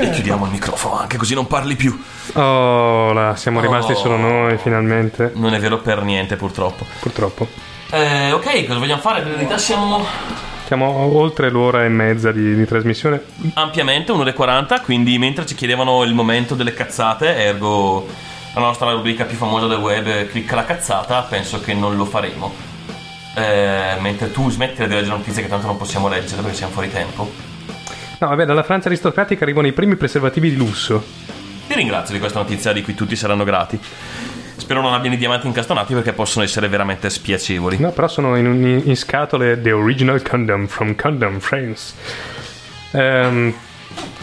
D: E chiudiamo il microfono anche così non parli più.
C: Oh, là, siamo rimasti
D: Oh.
C: solo noi finalmente.
D: Non è vero per niente, purtroppo.
C: Purtroppo.
D: Eh, ok, cosa vogliamo fare? Per verità siamo
C: Siamo oltre l'ora e mezza di, di trasmissione.
D: ampiamente 1 e 40, quindi mentre ci chiedevano il momento delle cazzate, ergo la nostra rubrica più famosa del web, eh, clicca la cazzata, penso che non lo faremo. Eh, mentre tu smetti di leggere notizie che tanto non possiamo leggere perché siamo fuori tempo.
C: No, vabbè, dalla Francia aristocratica arrivano i primi preservativi di lusso.
D: Ti ringrazio di questa notizia di cui tutti saranno grati. Spero non abbiano i diamanti incastonati perché possono essere veramente spiacevoli.
C: No, però sono in, in- in scatole The Original Condom from Condom France. Ehm,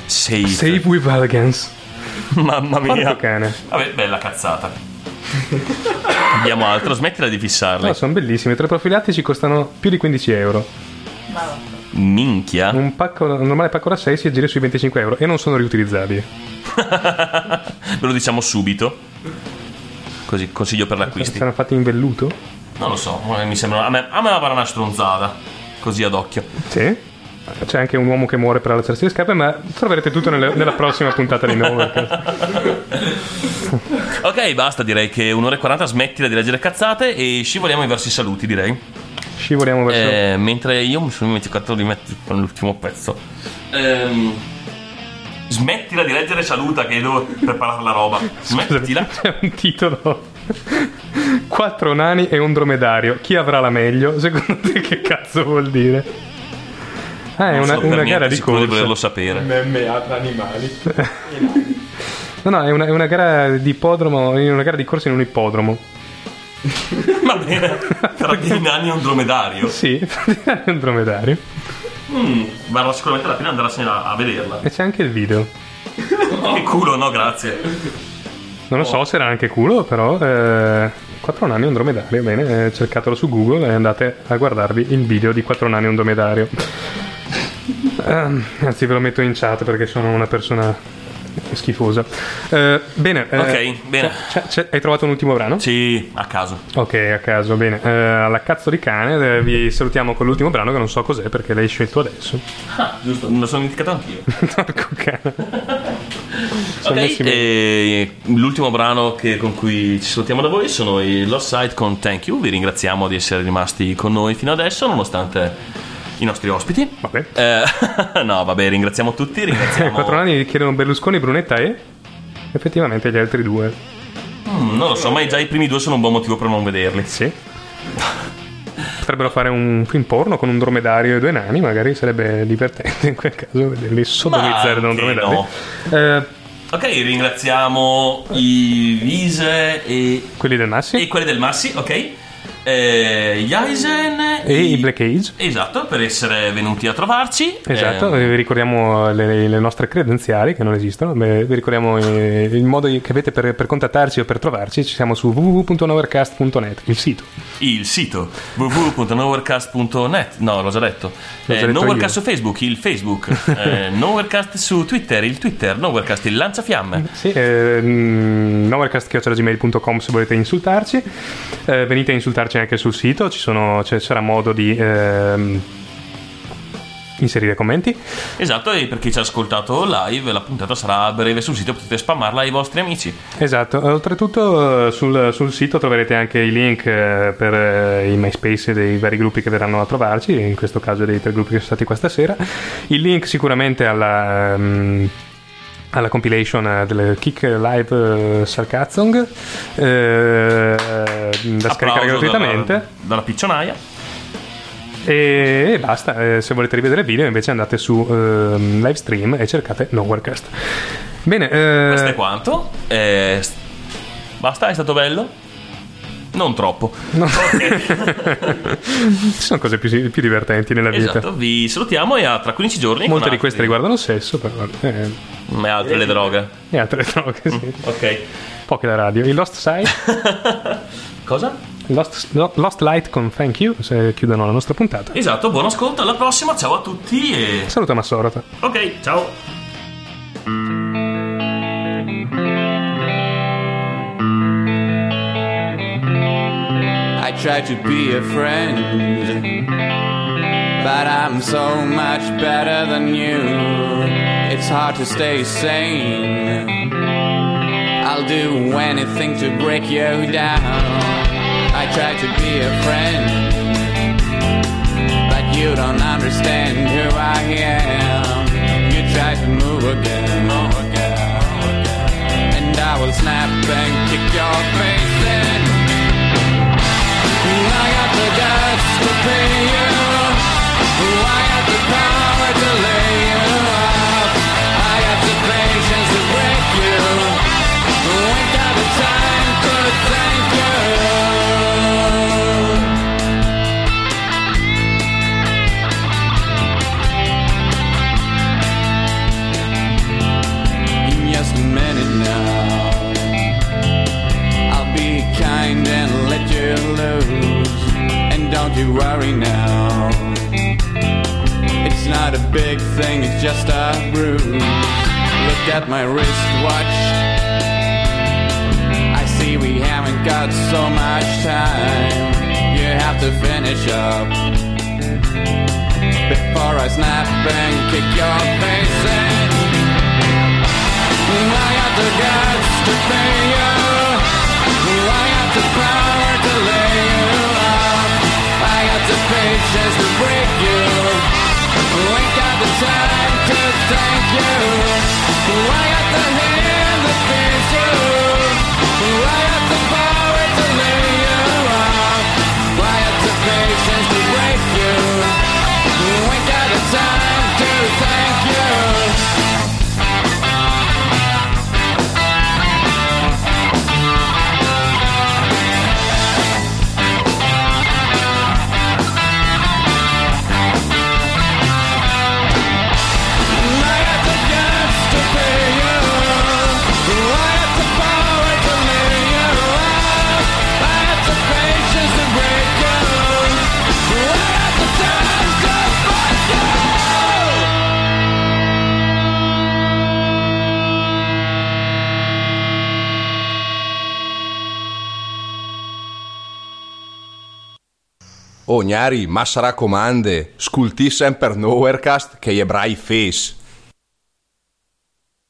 D: save.
C: with elegance.
D: Mamma mia.
C: Porco cane.
D: Vabbè, bella cazzata. Abbiamo altro, smettila di fissarle.
C: No, sono bellissimi. Tre profilattici costano più di 15 euro.
D: Minchia.
C: Un, pacco, un normale pacco da 6 si aggira sui 25 euro e non sono riutilizzabili.
D: Ve lo diciamo subito. Così consiglio per l'acquisto.
C: Saranno fatti in velluto?
D: Non lo so, eh, mi sembra. A me, a me la pare una stronzata. Così ad occhio.
C: Sì. C'è anche un uomo che muore per alzarsi le scarpe, ma troverete tutto nelle- nella prossima puntata di nuovo.
D: Ok, basta, direi che 1'40 e 40 smettila di leggere cazzate e scivoliamo i versi saluti, direi.
C: Scivoliamo verso.
D: Eh, mentre io mi sono dimenticato di mettere con l'ultimo pezzo. Ehm, smettila di leggere saluta che devo preparare la roba. Smettila.
C: C'è un titolo. Quattro nani e un dromedario. Chi avrà la meglio? Secondo te che cazzo vuol dire? Ah, è
D: Non
C: una,
D: sono per
C: una
D: niente
C: gara di
D: sicuro
C: corsa.
D: di volerlo sapere.
I: MMA tra animali.
C: No, no, è una, è una gara di ippodromo, è una gara di corsa in un ippodromo.
D: Va bene. Tra dei nani e un dromedario.
C: Sì, è un dromedario.
D: Mm, varrà sicuramente la pena andarsene a, a vederla.
C: E c'è anche il video.
D: Che culo, no, grazie.
C: Non lo so se era anche culo, però... eh, Quattro nani e un dromedario, bene, eh, cercatelo su Google e andate a guardarvi il video di Quattro nani e un dromedario. Ehm, anzi, ve lo metto in chat perché sono una persona schifosa. Eh, bene, eh,
D: ok, bene.
C: c'è- c'è- hai trovato un ultimo brano?
D: Sì, a caso.
C: Ok, a caso, bene. Eh, alla cazzo di cane eh, vi salutiamo con l'ultimo brano che non so cos'è perché l'hai scelto adesso.
D: Ah, giusto, me lo sono dimenticato anch'io.
C: Sono
D: ok, e l'ultimo brano che- con cui ci salutiamo da voi sono i Lost Sight con Thank You. Vi ringraziamo di essere rimasti con noi fino adesso, nonostante i nostri ospiti. Eh,
C: Vabbè.
D: no, vabbè, ringraziamo tutti.
C: I
D: Ringraziamo.
C: quattro anni chiedono Berlusconi, Brunetta e effettivamente gli altri due.
D: Mm, non lo so, ma già i primi due sono un buon motivo per non vederli.
C: Sì. Potrebbero fare un film porno con un dromedario e due nani, magari sarebbe divertente in quel caso vederli sodomizzare da un
D: anche
C: dromedario.
D: no.
C: Eh,
D: Ok, ringraziamo i Vise e.
C: Quelli del Massi?
D: E quelli del Massi, ok. Eh, gli Eisen.
C: e i Black Age.
D: Esatto, per essere venuti a trovarci.
C: Esatto,
D: Eh,
C: vi ricordiamo le, le nostre credenziali che non esistono, beh, vi ricordiamo eh, il modo che avete per, per contattarci o per trovarci, ci siamo su www.novercast.net, il sito.
D: Eh, il sito www.nowercast.net. No, l'ho già detto.
C: L'ho già detto
D: Nowercast
C: io.
D: su Facebook, il Facebook. eh, Nowercast su Twitter, il Twitter. Nowercast, il lanciafiamme.
C: Sì, eh, mm, novercast.gmail.com se volete insultarci, Eh, venite a insultarci anche sul sito, ci sono- c'è- sarà modo di ehm, inserire commenti.
D: Esatto, e per chi ci ha ascoltato live, la puntata sarà a breve sul sito, potete spammarla ai vostri amici.
C: Esatto, eh, oltretutto eh, sul, sul sito troverete anche i link eh, per eh, i MySpace dei vari gruppi che verranno a trovarci, in questo caso dei tre gruppi che sono stati qua stasera, il link sicuramente alla, mm, alla compilation eh, delle Kick Live eh, Sarcazzong eh, da scaricare
D: Applauso
C: gratuitamente.
D: Dalla, dalla piccionaia.
C: E, e basta, eh, se volete rivedere il video invece andate su ehm, livestream e cercate Nowherecast. Bene, eh,
D: Questo è quanto. Eh, Basta, è stato bello? Non troppo.
C: Ci sono cose più, più divertenti nella vita.
D: Esatto, vi salutiamo e a tra 15 giorni.
C: Molte
D: con
C: di queste riguardano il sesso, però. eh,
D: altri- E altre le droghe.
C: e altre droghe, sì.
D: Ok.
C: Poche da radio. Il Lost Side.
D: Cosa?
C: Lost, lo- Lost Light con Thank You. Se chiudono la nostra puntata.
D: Esatto, buon ascolto, alla prossima, ciao a tutti e...
C: Saluta Massorata.
D: Ok, ciao.
I: I try to be a friend, but I'm so much better than you. It's hard to stay sane. I'll do anything to break you down. I try to be a friend, but you don't understand who I am. You try to move again, move again, and I will snap and kick your face in. I got the guts to pay you. I got the power to lay you up. I got the patience to break you. Ain't got the time to thank you. In just a minute now. I'll be kind and let you lose. And don't you worry now. It's not a big thing, it's just a bruise. Look at my wristwatch. I see we haven't got so much time. You have to finish up. Before I snap and kick your face in. I got the guts to pay you. I got the power to lay you up. I got the patience to break you. Ain't got the time to thank you. I got the hand that feeds you. I got the power to lay you up. I got the patience to break you. Ain't got the time to thank you.
H: Oh, gnari, ma sarà comande, sculti sempre per Nowherecast che gli ebrai face.